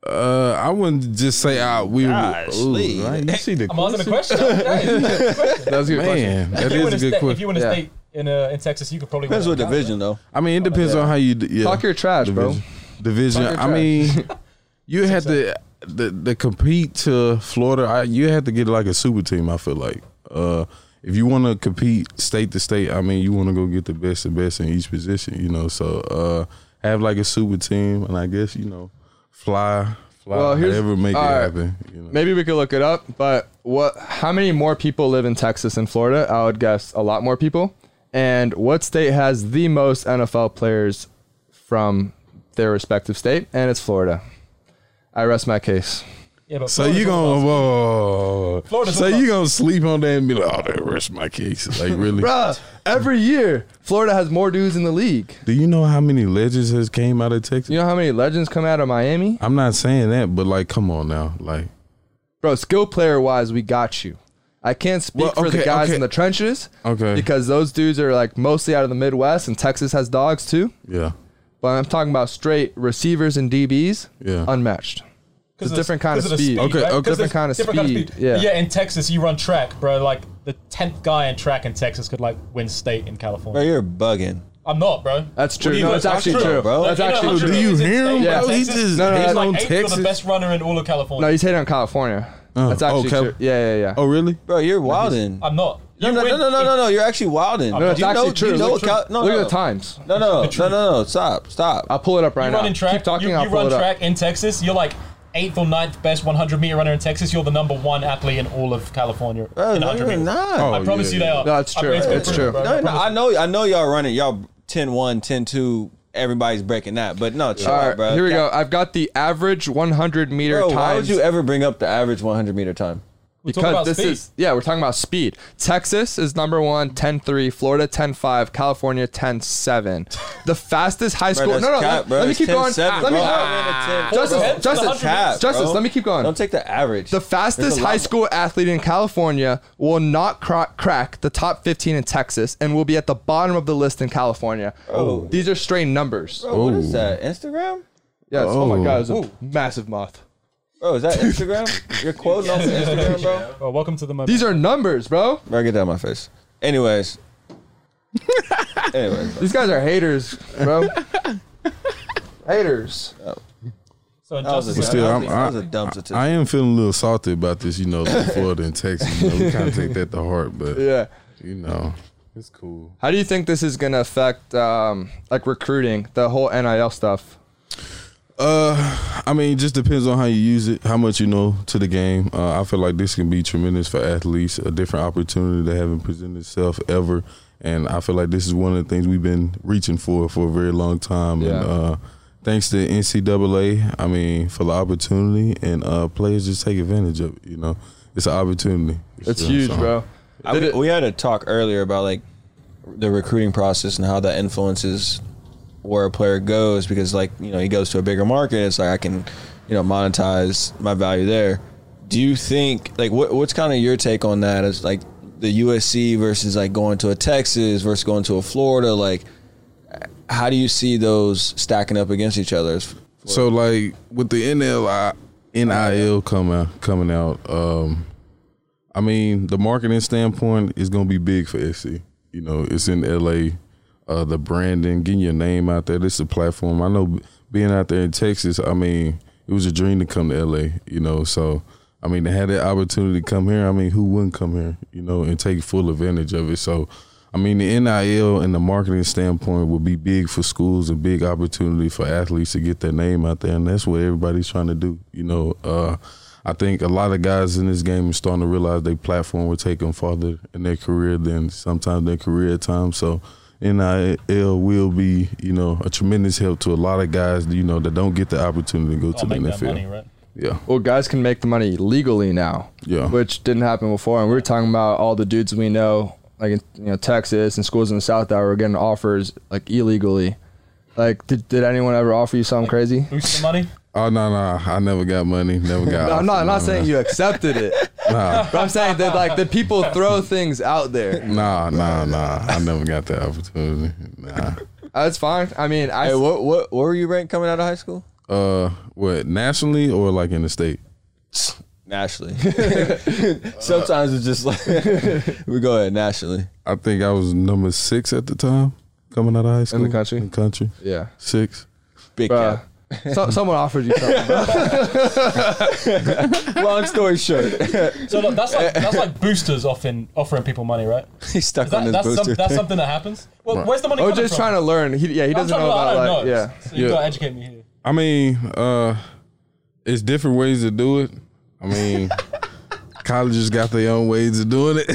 [SPEAKER 4] Uh, I wouldn't just say ah, we.
[SPEAKER 2] Gosh,
[SPEAKER 4] ooh,
[SPEAKER 2] Lee.
[SPEAKER 4] right, you see the
[SPEAKER 5] I'm asking a question. Hey,
[SPEAKER 3] that's a good question.
[SPEAKER 4] man. That
[SPEAKER 5] if you win
[SPEAKER 4] is
[SPEAKER 5] a
[SPEAKER 4] a good
[SPEAKER 5] state- If
[SPEAKER 4] question.
[SPEAKER 5] you win a
[SPEAKER 3] Yeah.
[SPEAKER 5] state in, uh, in Texas, you could probably
[SPEAKER 2] depends
[SPEAKER 5] win.
[SPEAKER 2] what
[SPEAKER 5] a-
[SPEAKER 2] division though.
[SPEAKER 4] I mean, it depends on how you. d- Yeah.
[SPEAKER 3] Talk your trash, bro.
[SPEAKER 4] Division. Division.
[SPEAKER 3] Talk your
[SPEAKER 4] I mean, you had to the, the compete to Florida. I, you had to get like a super team. I feel like uh, if you want to compete state to state, I mean, you want to go get the best of best in each position. You know, so uh, have like a super team, and I guess you know, fly, fly,
[SPEAKER 3] Well, here's-
[SPEAKER 4] however make it
[SPEAKER 3] all right.
[SPEAKER 4] happen. You know.
[SPEAKER 3] Maybe we could look it up, but what? How many more people live in Texas and Florida? I would guess a lot more people. And what state has the most NFL players from their respective state? And it's Florida. I rest my case.
[SPEAKER 5] Yeah, but
[SPEAKER 4] so you
[SPEAKER 5] Florida's all
[SPEAKER 4] gonna whoa?
[SPEAKER 5] Florida's
[SPEAKER 4] so
[SPEAKER 5] all
[SPEAKER 4] you gonna sleep on that and be like, oh, that rest my case. Like really,
[SPEAKER 3] Bruh, Uh, every year Florida has more dudes in the league.
[SPEAKER 4] Do you know how many legends has came out of Texas?
[SPEAKER 3] You know how many legends come out of Miami?
[SPEAKER 4] I'm not saying that, but like, come on now, like,
[SPEAKER 3] Bro, skill player wise, we got you. I can't speak
[SPEAKER 4] Well,
[SPEAKER 3] for the
[SPEAKER 4] okay,
[SPEAKER 3] guys
[SPEAKER 4] okay.
[SPEAKER 3] in the trenches
[SPEAKER 4] okay,
[SPEAKER 3] because those dudes are like mostly out of the Midwest and Texas has dogs too.
[SPEAKER 4] yeah,
[SPEAKER 3] But I'm talking about straight receivers and DBs,
[SPEAKER 4] Yeah.
[SPEAKER 3] unmatched. It's a
[SPEAKER 5] of-
[SPEAKER 3] different kind of
[SPEAKER 5] 'cause the
[SPEAKER 3] speed.
[SPEAKER 4] Okay,
[SPEAKER 5] right? 'Cause
[SPEAKER 4] okay.
[SPEAKER 5] there's
[SPEAKER 3] Different kind of
[SPEAKER 5] different
[SPEAKER 3] speed, yeah.
[SPEAKER 5] yeah, in Texas, you run track, bro. Like the tenth guy in track in Texas could like win state in California.
[SPEAKER 2] Bro, you're bugging.
[SPEAKER 5] I'm not, bro.
[SPEAKER 3] That's
[SPEAKER 5] What do
[SPEAKER 3] true.
[SPEAKER 5] you
[SPEAKER 3] No,
[SPEAKER 5] guys
[SPEAKER 3] it's
[SPEAKER 5] talk
[SPEAKER 3] actually
[SPEAKER 5] about,
[SPEAKER 3] true.
[SPEAKER 2] bro?
[SPEAKER 5] Like,
[SPEAKER 3] That's
[SPEAKER 5] know
[SPEAKER 3] actually
[SPEAKER 5] how
[SPEAKER 4] true.
[SPEAKER 5] many
[SPEAKER 4] Do you
[SPEAKER 5] is in
[SPEAKER 4] hear him,
[SPEAKER 5] state in
[SPEAKER 3] bro? He
[SPEAKER 5] Texas?
[SPEAKER 4] just-
[SPEAKER 3] No, no,
[SPEAKER 5] he's
[SPEAKER 3] that's
[SPEAKER 5] like
[SPEAKER 4] on
[SPEAKER 5] eighth or
[SPEAKER 4] Texas.
[SPEAKER 5] the best runner in all of California.
[SPEAKER 3] No, he's hating on California.
[SPEAKER 4] Oh,
[SPEAKER 3] That's actually
[SPEAKER 4] oh, Cal-
[SPEAKER 3] true. Yeah, yeah, yeah.
[SPEAKER 4] Oh really?
[SPEAKER 2] Bro, you're wilding.
[SPEAKER 5] I'm not.
[SPEAKER 2] No, no, no, no, no, no, no. You're actually wilding.
[SPEAKER 3] no, it's actually true.
[SPEAKER 2] You know
[SPEAKER 3] Look,
[SPEAKER 2] what Cal- no,
[SPEAKER 3] look
[SPEAKER 2] no.
[SPEAKER 3] at the times.
[SPEAKER 2] No, no, no, no, no. Stop, stop.
[SPEAKER 3] I'll pull it up right
[SPEAKER 5] You
[SPEAKER 3] now.
[SPEAKER 5] run in track.
[SPEAKER 3] Keep talking.
[SPEAKER 5] you
[SPEAKER 3] I'll
[SPEAKER 5] you
[SPEAKER 3] pull
[SPEAKER 5] run
[SPEAKER 3] it up.
[SPEAKER 5] track in Texas. You're like eighth or ninth best 100 meter runner in Texas. You're the number one athlete in all of California.
[SPEAKER 3] Uh,
[SPEAKER 2] Bro,
[SPEAKER 5] in
[SPEAKER 2] no,
[SPEAKER 5] 100
[SPEAKER 2] you're
[SPEAKER 5] meters.
[SPEAKER 2] not.
[SPEAKER 4] Oh,
[SPEAKER 5] I promise
[SPEAKER 4] yeah,
[SPEAKER 5] you they
[SPEAKER 4] yeah.
[SPEAKER 5] are.
[SPEAKER 3] No, it's
[SPEAKER 5] I-
[SPEAKER 3] true.
[SPEAKER 5] been
[SPEAKER 3] It's
[SPEAKER 5] proven, bro.
[SPEAKER 3] true.
[SPEAKER 2] No, no, I know, I know y'all running. Y'all 10-1, 10-2. Everybody's breaking that, but no, chill
[SPEAKER 3] All right,
[SPEAKER 2] out, bro.
[SPEAKER 3] here we go. I've got the average 100 meter
[SPEAKER 2] Bro,
[SPEAKER 3] times.
[SPEAKER 2] why would you ever bring up the average 100 meter time?
[SPEAKER 5] talking about speed.
[SPEAKER 3] is yeah, we're talking about speed. Texas is number one, 10-3, Florida 10-5, California 10-7. The fastest high school.
[SPEAKER 2] Bro, that's
[SPEAKER 3] no, no,
[SPEAKER 2] cap,
[SPEAKER 3] let,
[SPEAKER 2] bro.
[SPEAKER 3] let me
[SPEAKER 2] It's
[SPEAKER 3] keep going.
[SPEAKER 2] 10-7,
[SPEAKER 3] let
[SPEAKER 2] bro.
[SPEAKER 3] me.
[SPEAKER 2] I ran a 10.
[SPEAKER 3] Justice,
[SPEAKER 2] Bro,
[SPEAKER 5] It's
[SPEAKER 3] Justice,
[SPEAKER 5] 100
[SPEAKER 2] cap,
[SPEAKER 3] Justice,
[SPEAKER 2] bro.
[SPEAKER 3] let me keep going.
[SPEAKER 2] Don't take the average.
[SPEAKER 3] The
[SPEAKER 2] There's
[SPEAKER 3] fastest
[SPEAKER 2] a lot
[SPEAKER 3] high
[SPEAKER 2] more-
[SPEAKER 3] school athlete in California will not cra- crack the top 15 in Texas and will be at the bottom of the list in California.
[SPEAKER 2] Oh.
[SPEAKER 3] These are strained numbers.
[SPEAKER 2] Bro, what is that? Instagram?
[SPEAKER 3] Yes. Oh. my
[SPEAKER 4] Oh.
[SPEAKER 3] God, it was a massive moth.
[SPEAKER 2] Bro, is that Instagram? You're quoting off of Instagram, bro.
[SPEAKER 5] Bro, welcome to the moment.
[SPEAKER 3] These are numbers, bro.
[SPEAKER 2] Bro, get that out of my face. Anyways. Anyways, bro.
[SPEAKER 3] These guys are haters, bro. haters.
[SPEAKER 5] so in
[SPEAKER 2] That was a-
[SPEAKER 5] Justice-
[SPEAKER 4] But still,
[SPEAKER 2] that
[SPEAKER 4] I'm,
[SPEAKER 2] was a-
[SPEAKER 4] I,
[SPEAKER 2] that was a dumb statistic.
[SPEAKER 4] I am feeling a little salty about this, you know, Florida and Texas. You know, we kind of take that to heart, but
[SPEAKER 3] Yeah.
[SPEAKER 4] you know, it's cool.
[SPEAKER 3] How do you think this is gonna affect um, like recruiting, the whole NIL stuff?
[SPEAKER 4] Uh, I mean, it just depends on how you use it, how much you know to the game. Uh, I feel like this can be tremendous for athletes, a different opportunity that haven't presented itself ever. And I feel like this is one of the things we've been reaching for for a very long time.
[SPEAKER 3] Yeah.
[SPEAKER 4] And uh, thanks to NCAA, I mean, for the opportunity, and uh, players just take advantage of it. You know, it's an opportunity.
[SPEAKER 3] It's
[SPEAKER 4] So-
[SPEAKER 3] huge,
[SPEAKER 4] so-
[SPEAKER 3] bro.
[SPEAKER 2] I-
[SPEAKER 3] Did
[SPEAKER 2] we,
[SPEAKER 3] it-
[SPEAKER 2] we had a talk earlier about like the recruiting process and how that influences where a player goes because like you know he goes to a bigger market it's like i can you know monetize my value there do you think like what, what's kind of your take on that as like the usc versus like going to a texas versus going to a florida like how do you see those stacking up against each other
[SPEAKER 4] So like with the NLI, NIL coming coming out, um, I mean the marketing standpoint is gonna be big for SC. You know, it's in LA, uh, the branding, getting your name out there. This is a platform. I know being out there in Texas. I mean, it was a dream to come to LA. You know, so I mean to have that opportunity to come here. I mean, who wouldn't come here? You know, and take full advantage of it. So. I mean, the NIL and the marketing standpoint would be big for schools, a big opportunity for athletes to get their name out there, and that's what everybody's trying to do. You know, uh, I think a lot of guys in this game are starting to realize their platform will take them farther in their career than sometimes their career at times. So NIL will be, you know, a tremendous help to a lot of guys, you know, that don't get the opportunity to go to
[SPEAKER 5] I'll
[SPEAKER 4] the
[SPEAKER 5] make that
[SPEAKER 4] NFL.
[SPEAKER 5] money, right?
[SPEAKER 4] Yeah,
[SPEAKER 3] Well, guys can make the money legally now,
[SPEAKER 4] yeah.
[SPEAKER 3] which didn't happen before. And we were talking about all the dudes we know, like in you know Texas and schools in the South that were getting offers like illegally. Like, did, did anyone ever offer you something crazy?
[SPEAKER 5] Boost the money.
[SPEAKER 4] oh no, no, I never got money, never got.
[SPEAKER 3] No, I'm not. I'm not
[SPEAKER 4] offered
[SPEAKER 3] saying
[SPEAKER 4] money.
[SPEAKER 3] you accepted it.
[SPEAKER 4] Nah.
[SPEAKER 3] But I'm saying that like the people throw things out there.
[SPEAKER 4] Nah, nah, nah. I never got that opportunity. Nah.
[SPEAKER 3] That's fine. I mean, I
[SPEAKER 2] hey what what where were you ranked coming out of high school
[SPEAKER 4] Uh, what nationally or like in the state?
[SPEAKER 2] nationally sometimes it's just like we go ahead nationally
[SPEAKER 4] I think I was number six at the time coming out of high school
[SPEAKER 3] country?
[SPEAKER 4] In country,
[SPEAKER 3] yeah.
[SPEAKER 4] six.
[SPEAKER 2] big
[SPEAKER 3] Bruh.
[SPEAKER 2] cap
[SPEAKER 3] So, someone offered you something. bro.
[SPEAKER 2] long story short
[SPEAKER 5] So look, that's like that's like boosters offering offering people money, right?
[SPEAKER 2] He's stuck
[SPEAKER 5] Is that-
[SPEAKER 2] on his
[SPEAKER 5] that's, some-
[SPEAKER 2] booster.
[SPEAKER 5] that's something that happens. Well, where's the money coming
[SPEAKER 3] OJ's
[SPEAKER 5] from?
[SPEAKER 3] trying to learn. He, yeah,
[SPEAKER 5] I'm
[SPEAKER 3] he doesn't
[SPEAKER 5] trying to-
[SPEAKER 3] know
[SPEAKER 5] I
[SPEAKER 3] about
[SPEAKER 5] don't
[SPEAKER 3] like
[SPEAKER 5] know.
[SPEAKER 3] yeah.
[SPEAKER 5] So you
[SPEAKER 4] Yeah.
[SPEAKER 5] gotta educate me here.
[SPEAKER 4] I mean, uh, it's different ways to do it. I mean, colleges got their own ways of doing it.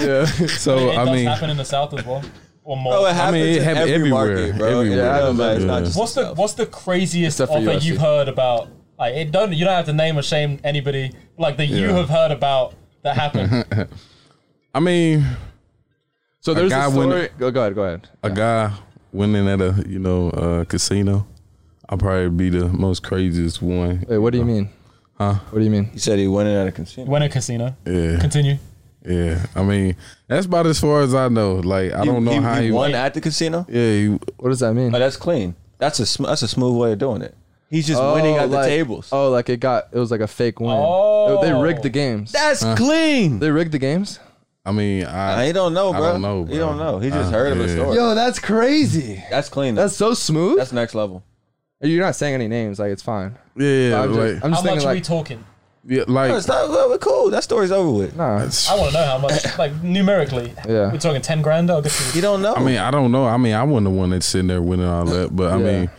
[SPEAKER 4] yeah. So
[SPEAKER 5] It
[SPEAKER 4] I
[SPEAKER 5] does
[SPEAKER 4] mean,
[SPEAKER 5] happen in the south as well, or more.
[SPEAKER 2] Oh, it happens
[SPEAKER 4] mean, it
[SPEAKER 2] in
[SPEAKER 4] happen
[SPEAKER 2] every
[SPEAKER 4] everywhere,
[SPEAKER 2] market, bro.
[SPEAKER 4] everywhere.
[SPEAKER 2] Yeah, I know, but it's
[SPEAKER 4] Yeah.
[SPEAKER 2] not just
[SPEAKER 5] what's the
[SPEAKER 2] South.
[SPEAKER 5] what's the craziest
[SPEAKER 3] Except for
[SPEAKER 5] offer
[SPEAKER 3] USC.
[SPEAKER 5] you've heard about Like it don't you don't have to name or shame anybody. Like that you
[SPEAKER 4] Yeah.
[SPEAKER 5] have heard about that happened.
[SPEAKER 4] I mean,
[SPEAKER 3] so
[SPEAKER 5] there's a
[SPEAKER 3] story- Go, go ahead. Go ahead.
[SPEAKER 4] A guy went in at a you know uh, casino. I'll probably be the most craziest one.
[SPEAKER 3] Wait, what do you mean?
[SPEAKER 4] Huh?
[SPEAKER 3] What do you mean?
[SPEAKER 4] He said he went in at a casino.
[SPEAKER 5] When a casino.
[SPEAKER 4] Yeah.
[SPEAKER 5] Continue.
[SPEAKER 4] Yeah, I mean that's about as far as I know. Like I
[SPEAKER 2] He-
[SPEAKER 4] don't know
[SPEAKER 2] he-
[SPEAKER 4] how
[SPEAKER 2] he
[SPEAKER 4] he
[SPEAKER 2] won at the casino.
[SPEAKER 4] Yeah.
[SPEAKER 3] what does that mean?
[SPEAKER 2] Oh, that's clean. That's a sm- that's a smooth way of doing it. He's just winning at the
[SPEAKER 3] like-
[SPEAKER 2] tables.
[SPEAKER 3] Oh, like it got it was like a fake win.
[SPEAKER 2] Oh.
[SPEAKER 3] They, they rigged the games.
[SPEAKER 2] That's Huh. clean.
[SPEAKER 3] They rigged the games.
[SPEAKER 4] I mean, I,
[SPEAKER 2] I don't know,
[SPEAKER 3] I
[SPEAKER 2] bro.
[SPEAKER 3] don't know,
[SPEAKER 2] He
[SPEAKER 3] bro.
[SPEAKER 2] don't know. He just
[SPEAKER 3] Uh,
[SPEAKER 2] heard of a
[SPEAKER 3] yeah.
[SPEAKER 2] story.
[SPEAKER 3] Yo, that's crazy.
[SPEAKER 2] That's clean.
[SPEAKER 3] That's so smooth.
[SPEAKER 2] That's next level.
[SPEAKER 3] You're not saying any names. Like it's fine.
[SPEAKER 4] Yeah, yeah,
[SPEAKER 3] I'm just,
[SPEAKER 4] like-
[SPEAKER 5] how
[SPEAKER 3] I'm just thinking
[SPEAKER 5] much are we
[SPEAKER 3] like
[SPEAKER 5] talking?
[SPEAKER 4] yeah,
[SPEAKER 2] No, it's not, well, we're cool. That story's over with.
[SPEAKER 3] Nah.
[SPEAKER 5] I want to know how much. Like numerically.
[SPEAKER 4] Yeah.
[SPEAKER 5] We're talking ten grand. I'll get you.
[SPEAKER 2] You don't know.
[SPEAKER 4] I mean, I don't know. I mean, I wasn't the one that's sitting there winning all that, but I
[SPEAKER 5] Yeah.
[SPEAKER 4] mean,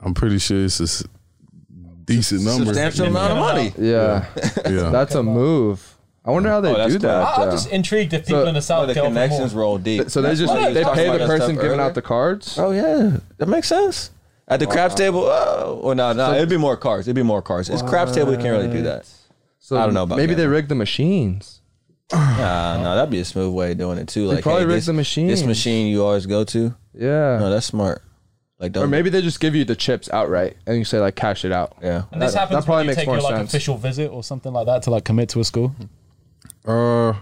[SPEAKER 4] I'm pretty sure it's a s- decent number,
[SPEAKER 2] Substantial amount of money.
[SPEAKER 3] Yeah.
[SPEAKER 4] Yeah.
[SPEAKER 3] That's a move. I wonder how they
[SPEAKER 2] Oh, that's
[SPEAKER 3] do
[SPEAKER 2] cool.
[SPEAKER 3] that.
[SPEAKER 2] I- I'm
[SPEAKER 3] though.
[SPEAKER 2] just
[SPEAKER 5] intrigued if people in the South
[SPEAKER 2] the
[SPEAKER 5] go for more.
[SPEAKER 2] connections roll deep.
[SPEAKER 3] So they
[SPEAKER 2] That's
[SPEAKER 3] just
[SPEAKER 2] why
[SPEAKER 3] they
[SPEAKER 2] talked
[SPEAKER 3] pay
[SPEAKER 2] about that
[SPEAKER 3] the
[SPEAKER 2] stuff
[SPEAKER 3] person giving out
[SPEAKER 2] earlier.
[SPEAKER 3] the cards.
[SPEAKER 2] Oh yeah, that makes sense. At the craps table, oh, well, no, no, it'd be more cars. It'd be more cars. It's craps table. We can't really do that.
[SPEAKER 3] So
[SPEAKER 2] I don't know about
[SPEAKER 3] Maybe
[SPEAKER 2] that.
[SPEAKER 3] they rigged the machines.
[SPEAKER 2] Nah, no, that'd be a smooth way of doing it too.
[SPEAKER 3] They
[SPEAKER 2] Like
[SPEAKER 3] probably
[SPEAKER 2] hey,
[SPEAKER 3] rigged
[SPEAKER 2] this,
[SPEAKER 3] the machine.
[SPEAKER 2] This machine you always go to.
[SPEAKER 3] Yeah.
[SPEAKER 2] No, that's smart. Like don't.
[SPEAKER 3] Or maybe they just give you the chips outright and you say like cash it out.
[SPEAKER 2] Yeah.
[SPEAKER 5] And this happens when you take your like official visit or something like that to like commit to a school.
[SPEAKER 4] Uh,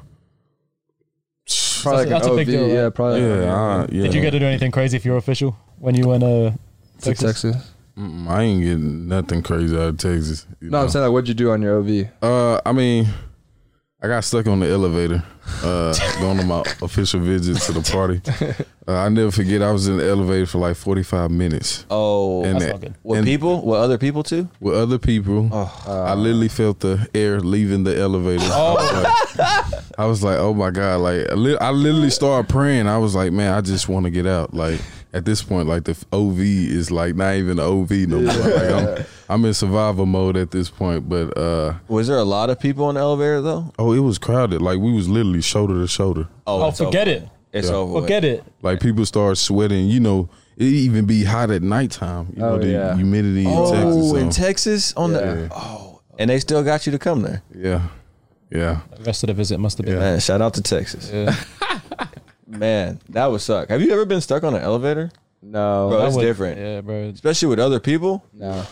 [SPEAKER 3] Probably like
[SPEAKER 5] that's
[SPEAKER 3] an
[SPEAKER 5] a big
[SPEAKER 3] OV,
[SPEAKER 5] deal. right?
[SPEAKER 3] yeah, probably.
[SPEAKER 4] Yeah, I- yeah.
[SPEAKER 5] Did you get to do anything crazy if you're official when you went uh, Texas?
[SPEAKER 4] Mm-mm, I ain't getting nothing crazy out of Texas. you
[SPEAKER 3] No, I'm
[SPEAKER 4] know.
[SPEAKER 3] saying like, what'd you do on your OV?
[SPEAKER 4] Uh, I mean, I got stuck on the elevator. Uh, going on my official visit to the party. Uh, I never forget. I was in the elevator for like 45 minutes.
[SPEAKER 2] Oh,
[SPEAKER 4] And
[SPEAKER 2] that's
[SPEAKER 4] that-
[SPEAKER 2] not good. With
[SPEAKER 4] and-
[SPEAKER 2] people, with other people too.
[SPEAKER 4] With other people,
[SPEAKER 2] Oh.
[SPEAKER 4] I literally felt the air leaving the elevator. I, was like, I was like, oh my god! Like I li- I literally started praying. I was like, man, I just want to get out. Like at this point, like the f- OV is like not even OV no more. Like, I'm, I'm in survival mode at this point. But uh
[SPEAKER 2] was there a lot of people in the elevator though?
[SPEAKER 4] Oh, it was crowded. Like we was literally shoulder to shoulder.
[SPEAKER 5] Oh,
[SPEAKER 2] it's
[SPEAKER 5] forget
[SPEAKER 2] over.
[SPEAKER 5] it.
[SPEAKER 2] It's
[SPEAKER 4] Yeah.
[SPEAKER 2] over. with.
[SPEAKER 5] Forget it.
[SPEAKER 4] Like people start sweating. You know, it even be hot at nighttime. You know
[SPEAKER 2] Oh,
[SPEAKER 4] the
[SPEAKER 2] yeah.
[SPEAKER 4] humidity
[SPEAKER 2] Oh,
[SPEAKER 4] in Texas. um, so-
[SPEAKER 2] in Texas on
[SPEAKER 4] Yeah.
[SPEAKER 2] the oh, and they still got you to come there.
[SPEAKER 4] Yeah, yeah.
[SPEAKER 5] The rest of the visit must have been.
[SPEAKER 2] Man, shout out to Texas. Man, that would suck. Have you ever been stuck on an elevator?
[SPEAKER 3] No,
[SPEAKER 2] bro,
[SPEAKER 4] I
[SPEAKER 2] it's
[SPEAKER 4] would-
[SPEAKER 2] different.
[SPEAKER 5] Yeah, bro.
[SPEAKER 2] Especially with other people.
[SPEAKER 3] No.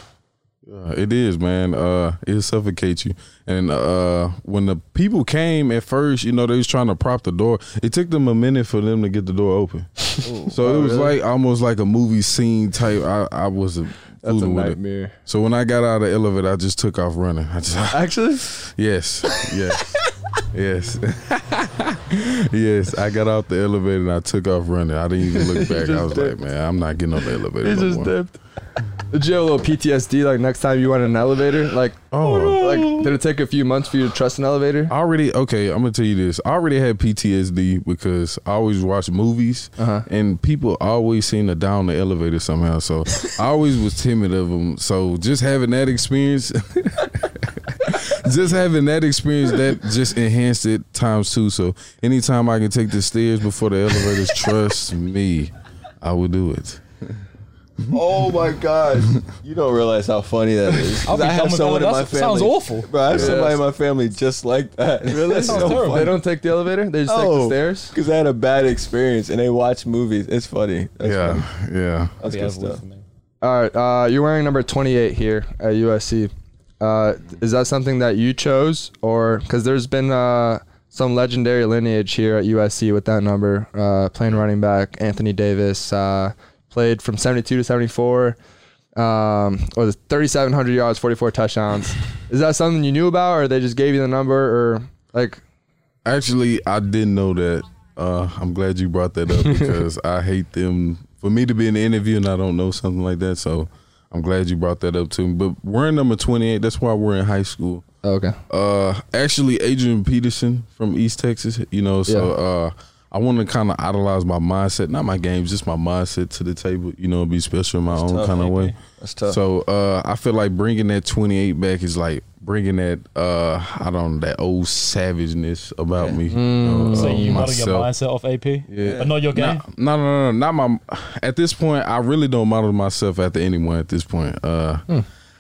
[SPEAKER 4] Uh, It is, man. Uh, it suffocates you. And uh, when the people came at first, you know, they was trying to prop the door. It took them a minute for them to get the door open. so
[SPEAKER 3] Oh,
[SPEAKER 4] it was like almost like a movie scene type. I, I wasn't
[SPEAKER 3] That's a
[SPEAKER 4] fooling with
[SPEAKER 3] nightmare.
[SPEAKER 4] it. So when I got out of the elevator, I just took off running. I just
[SPEAKER 3] actually,
[SPEAKER 4] yes, yes, yes, yes. I got out the elevator and I took off running. I didn't even look back. I was like, man, I'm not getting on the elevator.
[SPEAKER 3] He
[SPEAKER 4] no
[SPEAKER 3] just
[SPEAKER 4] more.
[SPEAKER 3] dipped. Did you have a little PTSD like next time you went in an elevator? Like,
[SPEAKER 4] oh,
[SPEAKER 3] like did it take a few months for you to trust an elevator?
[SPEAKER 4] I already okay. I'm gonna tell you this. I already had PTSD because I always watch movies, and people always seem to down the elevator somehow. So I always was timid of them. So just having that experience, just having that experience, that just enhanced it times two. So anytime I can take the stairs before the elevators, trust me, I will do it.
[SPEAKER 2] Oh my god! You don't realize how funny that is. 'Cause
[SPEAKER 3] I'll be
[SPEAKER 2] I
[SPEAKER 3] dumb
[SPEAKER 2] have
[SPEAKER 3] if
[SPEAKER 2] someone
[SPEAKER 3] I-
[SPEAKER 2] in my
[SPEAKER 3] that
[SPEAKER 2] family.
[SPEAKER 3] sounds awful.
[SPEAKER 2] bro. I have
[SPEAKER 3] Yeah.
[SPEAKER 2] somebody in my family just like that.
[SPEAKER 3] That's so terrible. They don't take the elevator. They just take the stairs.
[SPEAKER 2] because I had a bad experience and they watch movies. It's funny. That's
[SPEAKER 4] yeah, yeah.
[SPEAKER 2] That's good stuff.
[SPEAKER 3] All right, uh, you're wearing number 28 here at USC. Uh, is that something that you chose, or because there's been uh, some legendary lineage here at USC with that number? Uh, playing running back, Anthony Davis uh, played from 72 to 74, um, or 3,700 yards, 44 touchdowns. is that something you knew about, or they just gave you the number, or like?
[SPEAKER 4] Actually, I didn't know that. Uh, I'm glad you brought that up because I hate them. For me to be in the interview and I don't know something like that, so I'm glad you brought that up to me. But we're in number 28. That's why we're in high school.
[SPEAKER 3] oh, Okay.
[SPEAKER 4] Uh, actually, Adrian Peterson from East Texas. You know, so
[SPEAKER 3] Yeah.
[SPEAKER 4] uh, I want to kind of idolize my mindset, not my games, just my mindset to the table. You know, be special in my own
[SPEAKER 2] tough,
[SPEAKER 4] kind of
[SPEAKER 2] AP.
[SPEAKER 4] way.
[SPEAKER 2] That's tough.
[SPEAKER 4] So uh, I feel like bringing that 28 back is like bringing that uh, I don't know that old savageness about me. you know,
[SPEAKER 5] Mm. so
[SPEAKER 3] Oh,
[SPEAKER 4] uh,
[SPEAKER 5] you model your
[SPEAKER 4] myself.
[SPEAKER 5] mindset off AP, but not your game.
[SPEAKER 4] No, no, no,
[SPEAKER 3] Hmm.
[SPEAKER 4] no, not my. At this point, I really don't model myself after anyone. At this point, uh,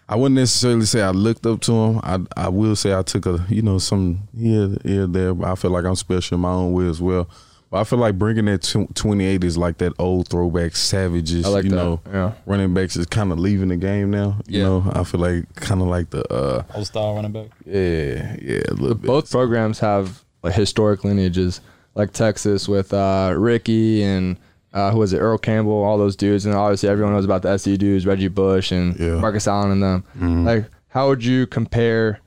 [SPEAKER 4] I wouldn't necessarily say I looked up to him. I I will say I took a you know some here here there. But I feel like I'm special in my own way as well. But I feel like bringing that tw- 28 is like that old throwback savages.
[SPEAKER 3] I like
[SPEAKER 4] you
[SPEAKER 3] that,
[SPEAKER 4] know,
[SPEAKER 3] yeah.
[SPEAKER 4] running backs is kind of leaving the game now. You
[SPEAKER 3] Yeah.
[SPEAKER 4] know, I feel like kind of like the uh
[SPEAKER 1] old style running back.
[SPEAKER 4] yeah yeah. a little bit.
[SPEAKER 3] both programs have like historic lineages, like Texas with uh, Ricky and uh, who was it, Earl Campbell, all those dudes, and obviously everyone knows about the SU dudes, Reggie Bush and Marcus Allen and them. Like, how would you compare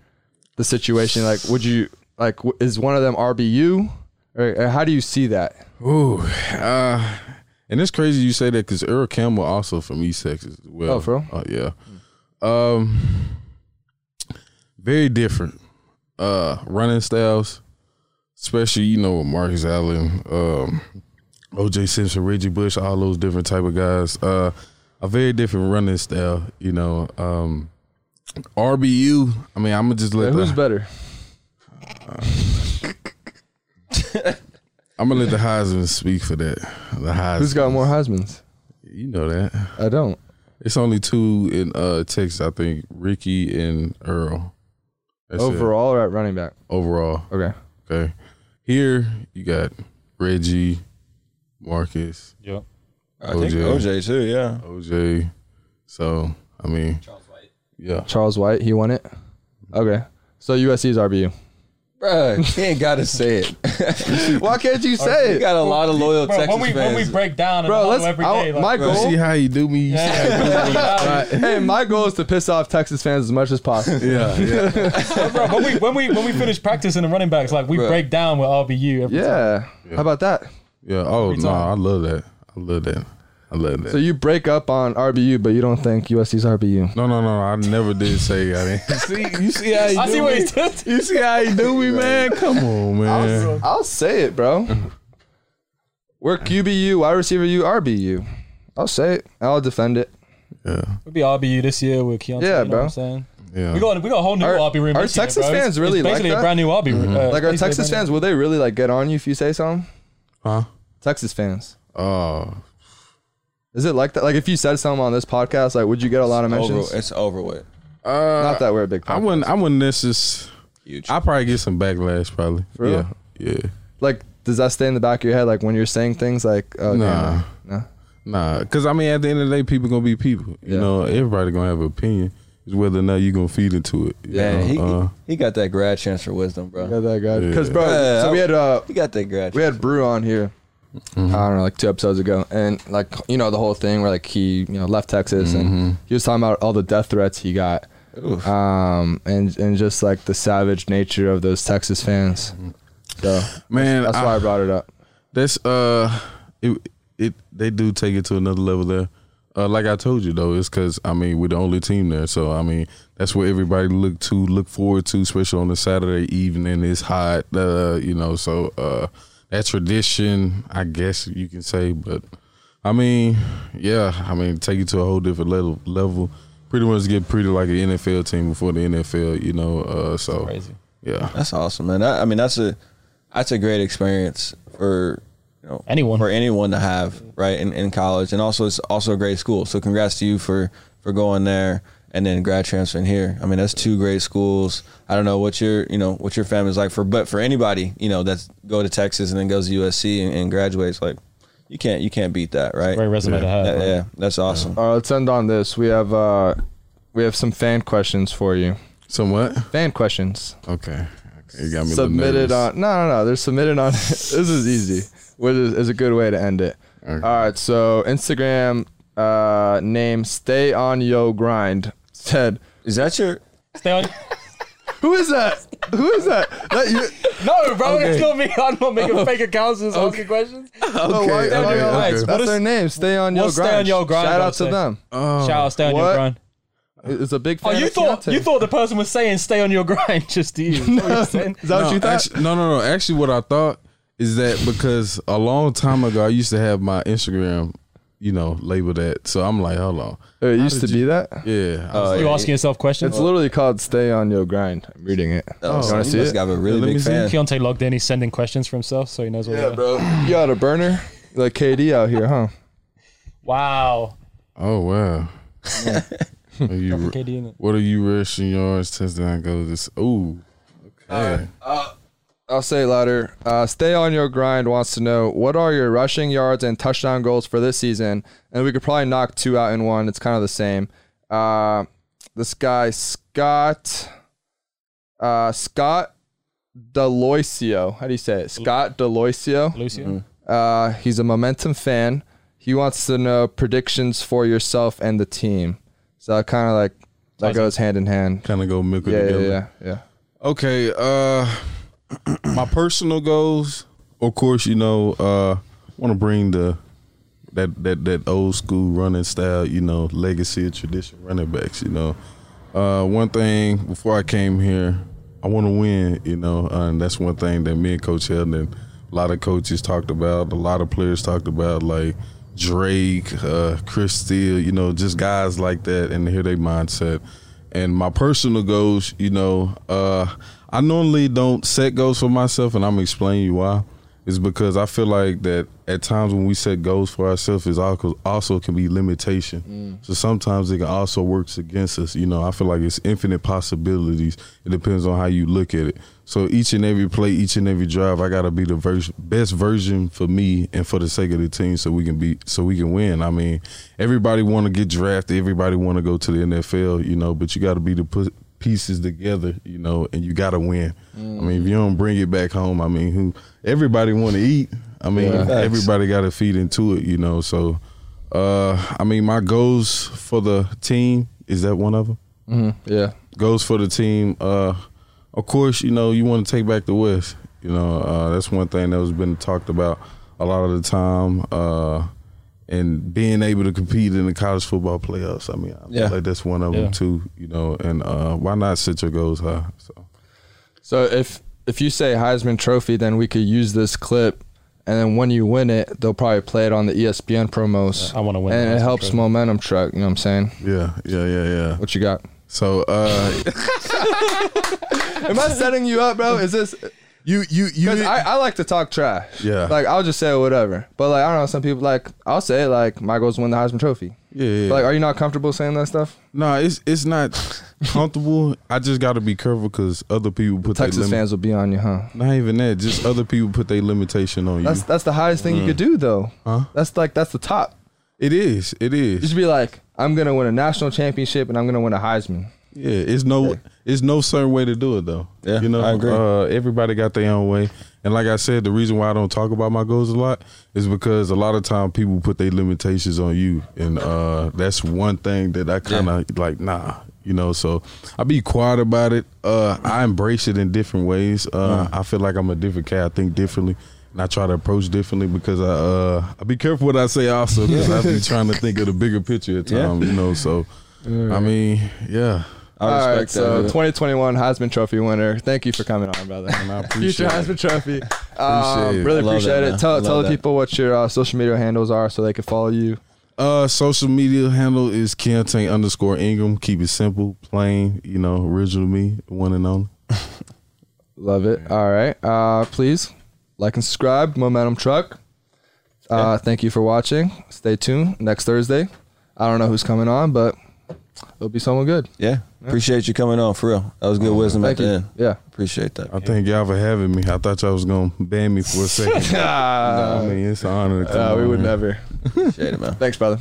[SPEAKER 3] the situation? Like, would you like w- is one of them RBU, or, or how do you see that?
[SPEAKER 4] Ooh, uh, and it's crazy you say that because Earl Campbell also from East Texas as well.
[SPEAKER 3] Oh, for real?
[SPEAKER 4] Uh, yeah. Um, very different. Uh, running styles, especially you know with Marcus Allen, um, OJ Simpson, Reggie Bush, all those different type of guys. Uh, a very different running style. You know, um, RBU. I mean, I'm gonna just let
[SPEAKER 3] Like, who's
[SPEAKER 4] the-
[SPEAKER 3] better?
[SPEAKER 4] I'm gonna let the Heisman speak for that. The Heisman.
[SPEAKER 3] Who's got more husbands?
[SPEAKER 4] You know that.
[SPEAKER 3] I don't.
[SPEAKER 4] It's only two in uh Texas, I think. Ricky and Earl. That's it.
[SPEAKER 3] Overall or at running back?
[SPEAKER 4] Overall.
[SPEAKER 3] Okay.
[SPEAKER 4] Okay. Here you got Reggie, Marcus,
[SPEAKER 1] Yep.
[SPEAKER 2] I think OJ too. Yeah.
[SPEAKER 4] OJ. So I mean Charles White. Yeah.
[SPEAKER 3] Charles White, he won it. Okay. So USC's RBU.
[SPEAKER 2] Bruh, he ain't gotta say it.
[SPEAKER 3] Why can't you say
[SPEAKER 2] You
[SPEAKER 3] it?
[SPEAKER 2] got a lot of loyal
[SPEAKER 5] Bro,
[SPEAKER 2] Texas
[SPEAKER 5] when we when
[SPEAKER 2] fans.
[SPEAKER 5] we break down and
[SPEAKER 3] Bro,
[SPEAKER 5] huddle
[SPEAKER 3] let's-
[SPEAKER 5] every
[SPEAKER 3] I-
[SPEAKER 5] day, like,
[SPEAKER 3] my goal-
[SPEAKER 4] See how you do me? You see how you do me?
[SPEAKER 3] hey, my goal is to piss off Texas fans as much as possible.
[SPEAKER 4] Yeah, yeah.
[SPEAKER 5] bro, when we when we when we finish practicing the running backs, like we
[SPEAKER 2] Bro.
[SPEAKER 5] break down with RBU. Every time.
[SPEAKER 3] Yeah. How about that?
[SPEAKER 4] Yeah. Oh
[SPEAKER 5] Every
[SPEAKER 4] no,
[SPEAKER 5] time.
[SPEAKER 4] I love that. I love that. I love that.
[SPEAKER 3] So you break up on RBU, but you don't think USC's RBU.
[SPEAKER 4] no, no, no, I never did say I mean, see you see how you
[SPEAKER 5] I
[SPEAKER 4] do
[SPEAKER 5] see
[SPEAKER 4] me?
[SPEAKER 5] what he's doing.
[SPEAKER 4] You see how you do me, man? Come on, man.
[SPEAKER 3] I'll say it, bro. We're QBU, wide receiver U, RBU. I'll say it. I'll defend it.
[SPEAKER 4] Yeah.
[SPEAKER 5] We'll be RBU this year with Keontae.
[SPEAKER 3] Yeah,
[SPEAKER 5] you know
[SPEAKER 3] bro.
[SPEAKER 5] What I'm saying
[SPEAKER 4] Yeah.
[SPEAKER 5] we got we got a whole new
[SPEAKER 3] Our-
[SPEAKER 5] RB room.
[SPEAKER 3] our
[SPEAKER 5] this year,
[SPEAKER 3] Texas
[SPEAKER 5] bro. It's-
[SPEAKER 3] fans really
[SPEAKER 5] it's
[SPEAKER 3] like
[SPEAKER 5] basically
[SPEAKER 3] that? Mm-hmm.
[SPEAKER 5] a brand new RB room. Uh,
[SPEAKER 3] Like our
[SPEAKER 5] basically a
[SPEAKER 3] Texas
[SPEAKER 5] brand
[SPEAKER 3] fans, will they really like get on you if you say something?
[SPEAKER 4] Huh?
[SPEAKER 3] Texas fans.
[SPEAKER 4] Oh,
[SPEAKER 3] Is it like that? Like if you said something on this podcast, like would you get a lot of
[SPEAKER 2] over,
[SPEAKER 3] mentions?
[SPEAKER 2] it's over with.
[SPEAKER 3] Not that we're a big podcast.
[SPEAKER 4] I wouldn't. I wouldn't necessarily.
[SPEAKER 2] Huge.
[SPEAKER 4] I probably get some backlash, probably.
[SPEAKER 3] real?
[SPEAKER 4] yeah, yeah.
[SPEAKER 3] like does that stay in the back of your head like when you're saying things like oh
[SPEAKER 4] Nah.
[SPEAKER 3] no
[SPEAKER 4] Nah, because I mean, at the end of the day, people gonna be people. You
[SPEAKER 3] Yeah.
[SPEAKER 4] know, everybody gonna have an opinion. It's whether or not you gonna feed into it. you
[SPEAKER 2] Yeah,
[SPEAKER 4] know?
[SPEAKER 2] he,
[SPEAKER 4] Uh,
[SPEAKER 2] he got that grad chancellor wisdom, bro.
[SPEAKER 3] got that guy because bro
[SPEAKER 2] Yeah,
[SPEAKER 3] so
[SPEAKER 2] I-
[SPEAKER 3] we had uh
[SPEAKER 2] He got that grad.
[SPEAKER 3] we had brew on here i don't know like two episodes ago and like you know the whole thing where like he you know left texas and he was talking about all the death threats he got um and and just like the savage nature of those texas fans so
[SPEAKER 4] man,
[SPEAKER 3] that's
[SPEAKER 4] I-
[SPEAKER 3] why i brought it up
[SPEAKER 4] That's uh, it it they do take it to another level there. Uh, like I told you though, it's because I mean we're the only team there, so I mean that's what everybody look to, look forward to, especially on the Saturday evening. It's hot, uh, you know, so uh, that tradition, I guess you can say, but I mean, yeah, I mean take it to a whole different level. Level, pretty much get pretty like an NFL team before the NFL, you know. Uh, so
[SPEAKER 5] Crazy.
[SPEAKER 4] yeah,
[SPEAKER 2] That's awesome, man. I, I mean, that's a that's a great experience for you know
[SPEAKER 1] Anyone.
[SPEAKER 2] for anyone to have right in, in college, and also it's also a great school. So congrats to you for for going there and then grad transferring here. I mean, that's two great schools. I don't know what your you know what your family's like for, but for anybody you know that's go to Texas and then goes to USC and, and graduates, like you can't you can't beat that, right?
[SPEAKER 1] Great resume to have.
[SPEAKER 2] That-
[SPEAKER 1] bro.
[SPEAKER 2] yeah, that's awesome.
[SPEAKER 3] all right let's end on this we have uh we have some fan questions for you
[SPEAKER 4] somewhat
[SPEAKER 3] fan questions
[SPEAKER 4] okay. okay. You got me a little
[SPEAKER 3] submitted
[SPEAKER 4] nervous.
[SPEAKER 3] on no no no they're submitted on this is easy which is, is a good way to end it
[SPEAKER 4] Okay.
[SPEAKER 3] all right so instagram uh name stay on yo grind said
[SPEAKER 2] Is that your
[SPEAKER 5] new. Stay on.
[SPEAKER 3] who is that who is that, that you,
[SPEAKER 5] No, bro, it's not me. I'm not making fake accounts and asking questions.
[SPEAKER 3] oh, why-
[SPEAKER 4] okay,
[SPEAKER 3] why-
[SPEAKER 4] okay.
[SPEAKER 3] that's
[SPEAKER 5] What is-
[SPEAKER 3] their name stay on yo
[SPEAKER 5] what's Stay
[SPEAKER 3] grind
[SPEAKER 5] on Yo Grind
[SPEAKER 3] shout
[SPEAKER 5] gotta
[SPEAKER 3] out to
[SPEAKER 5] say?
[SPEAKER 3] them
[SPEAKER 4] Oh,
[SPEAKER 5] Shout out, stay on
[SPEAKER 3] what?
[SPEAKER 5] your grind.
[SPEAKER 3] it's a big
[SPEAKER 5] Oh,
[SPEAKER 3] fan
[SPEAKER 5] you
[SPEAKER 3] of
[SPEAKER 5] thought
[SPEAKER 3] Keontae.
[SPEAKER 5] you thought the person was saying "stay on your grind" just to you. Is that what you're saying?
[SPEAKER 3] is that what you thought
[SPEAKER 4] Actually, no, no, no. Actually, what I thought is that because a long time ago, I used to have my Instagram, you know, labeled that. So I'm like, hold on.
[SPEAKER 3] Uh, it used to be that
[SPEAKER 4] Yeah. I was
[SPEAKER 2] Oh,
[SPEAKER 4] like,
[SPEAKER 5] you asking yourself questions.
[SPEAKER 3] it's literally called stay on yo grind i'm reading it
[SPEAKER 4] Oh,
[SPEAKER 3] you want to see
[SPEAKER 2] must
[SPEAKER 3] it
[SPEAKER 2] have a really
[SPEAKER 4] let me
[SPEAKER 2] big
[SPEAKER 4] see.
[SPEAKER 2] fan.
[SPEAKER 5] Keontae logged in. He's sending questions for himself, so he knows what. Yeah, bro.
[SPEAKER 3] you got a burner like kd out here huh
[SPEAKER 5] Wow.
[SPEAKER 4] oh, wow. Are you,
[SPEAKER 1] Got the KD in it.
[SPEAKER 4] what are you rushing yards, touchdown goes? This ooh, okay.
[SPEAKER 3] I'll say it louder. Uh, Stay on your grind wants to know what are your rushing yards and touchdown goals for this season, and we could probably knock two out in one. It's kind of the same. Uh, this guy Scott, uh, Scott Deloisio. How do you say it? Scott Deloisio.
[SPEAKER 1] Deloisio.
[SPEAKER 3] Uh, he's a momentum fan. He wants to know predictions for yourself and the team. So that kind of like that goes hand in hand.
[SPEAKER 4] Kind of go milk it
[SPEAKER 3] yeah, yeah,
[SPEAKER 4] together.
[SPEAKER 3] yeah, yeah.
[SPEAKER 4] Okay. Uh, my personal goals, of course, you know, uh, want to bring the that that that old school running style, you know, legacy of tradition running backs. You know, uh, one thing before I came here, I want to win. You know, uh, and that's one thing that me and Coach Held and a lot of coaches talked about, a lot of players talked about, like Drake, uh, Chris Steele. You know, just guys like that, and hear their mindset and my personal goals, you know, uh, I normally don't set goals for myself, and I'm gonna explain you why. Is because I feel like that at times when we set goals for ourselves, is also also can be limitation. So sometimes it can also works against us. You know, I feel like it's infinite possibilities. It depends on how you look at it. So each and every play, each and every drive, I gotta be the vers- best version for me and for the sake of the team, so we can be so we can win. I mean, everybody want to get drafted, everybody want to go to the NFL, you know, but you gotta be the pu- pieces together, you know, and you gotta win. I mean, if you don't bring it back home, I mean, who everybody want to eat. I mean,
[SPEAKER 2] Yeah. Facts.
[SPEAKER 4] everybody got to feed into it, you know. So, uh, I mean, my goals for the team is that one of them
[SPEAKER 3] hmm yeah.
[SPEAKER 4] goes for the team. Uh, of course, you know you want to take back the West. You know uh, that's one thing that was been talked about a lot of the time, uh, and being able to compete in the college football playoffs. I mean, I
[SPEAKER 3] Yeah.
[SPEAKER 4] feel like that's one of
[SPEAKER 1] Yeah.
[SPEAKER 4] them too. You know, and uh, why not set your goals high? So
[SPEAKER 3] So if if you say Heisman Trophy, then we could use this clip, and then when you win it, they'll probably play it on the E ESPN promos.
[SPEAKER 1] I want to win.
[SPEAKER 3] and
[SPEAKER 1] the
[SPEAKER 3] it
[SPEAKER 1] Heisman
[SPEAKER 3] helps
[SPEAKER 1] Trophy.
[SPEAKER 3] momentum truck. You know what I'm saying?
[SPEAKER 4] yeah, yeah, yeah, yeah.
[SPEAKER 3] What you got?
[SPEAKER 4] So uh,
[SPEAKER 3] Am I setting you up, bro? Is this?
[SPEAKER 4] you you you.
[SPEAKER 3] Because I, I like to talk trash.
[SPEAKER 4] Yeah.
[SPEAKER 3] Like I'll just say whatever. But like I don't know, some people like I'll say like my goals win the Heisman Trophy.
[SPEAKER 4] yeah, yeah.
[SPEAKER 3] But, like, are you not comfortable saying that stuff?
[SPEAKER 4] no, it's it's not comfortable. I just got to be careful because other people put their
[SPEAKER 3] Texas
[SPEAKER 4] limit-
[SPEAKER 3] fans will be on you, huh?
[SPEAKER 4] Not even that. Just other people put their limitation on you. Mm.
[SPEAKER 3] That's that's the highest thing you could do though.
[SPEAKER 4] Huh?
[SPEAKER 3] That's like that's the top.
[SPEAKER 4] It is. It
[SPEAKER 3] You
[SPEAKER 4] is.
[SPEAKER 3] should be like, I'm gonna win a national championship and I'm gonna win a Heisman.
[SPEAKER 4] Yeah. It's no. It's no certain way to do it though.
[SPEAKER 2] Yeah,
[SPEAKER 4] You know.
[SPEAKER 2] I agree.
[SPEAKER 4] Uh, everybody got their own way. And like I said, the reason why I don't talk about my goals a lot is because a lot of time people put their limitations on you, and uh, that's one thing that I kind of like. Nah. You know. So I be quiet about it. Uh, I embrace it in different ways.
[SPEAKER 2] Mm.
[SPEAKER 4] Uh, I feel like I'm a different cat. I think differently. And I try to approach differently because I uh, I be careful what I say also because I be trying to think of the bigger picture at
[SPEAKER 2] Yeah.
[SPEAKER 4] times, you know. So I mean, yeah.
[SPEAKER 2] I
[SPEAKER 3] All
[SPEAKER 2] respect
[SPEAKER 3] right, so
[SPEAKER 2] that.
[SPEAKER 3] 2021 Heisman Trophy winner. Thank you for coming on, brother.
[SPEAKER 4] And I
[SPEAKER 3] Future
[SPEAKER 4] appreciate it.
[SPEAKER 3] Heisman Trophy. Um,
[SPEAKER 4] Appreciate it.
[SPEAKER 3] really
[SPEAKER 2] Love
[SPEAKER 3] appreciate
[SPEAKER 2] that,
[SPEAKER 3] it.
[SPEAKER 2] man.
[SPEAKER 3] Tell,
[SPEAKER 2] Love
[SPEAKER 3] tell the
[SPEAKER 2] that.
[SPEAKER 3] people what your uh, social media handles are so they can follow you.
[SPEAKER 4] Uh, social media handle is Keontaine underscore Ingram. Keep it simple, plain, you know, original me, one and only.
[SPEAKER 3] Love it. All right. Uh, please like and subscribe. Momentum Truck. Uh, Thank you for watching. Stay tuned next Thursday. I don't know who's coming on, but it'll be someone good.
[SPEAKER 2] yeah, appreciate you coming on for real. That was good wisdom at
[SPEAKER 3] Thank
[SPEAKER 2] the
[SPEAKER 3] you.
[SPEAKER 2] end.
[SPEAKER 3] Yeah.
[SPEAKER 2] Appreciate that.
[SPEAKER 4] I thank y'all for having me. I thought y'all was gonna ban me for a second. I mean, it's an honor. To come
[SPEAKER 3] Uh, we
[SPEAKER 4] on
[SPEAKER 3] would
[SPEAKER 4] here.
[SPEAKER 3] never.
[SPEAKER 2] Appreciate it, man.
[SPEAKER 3] Thanks, brother.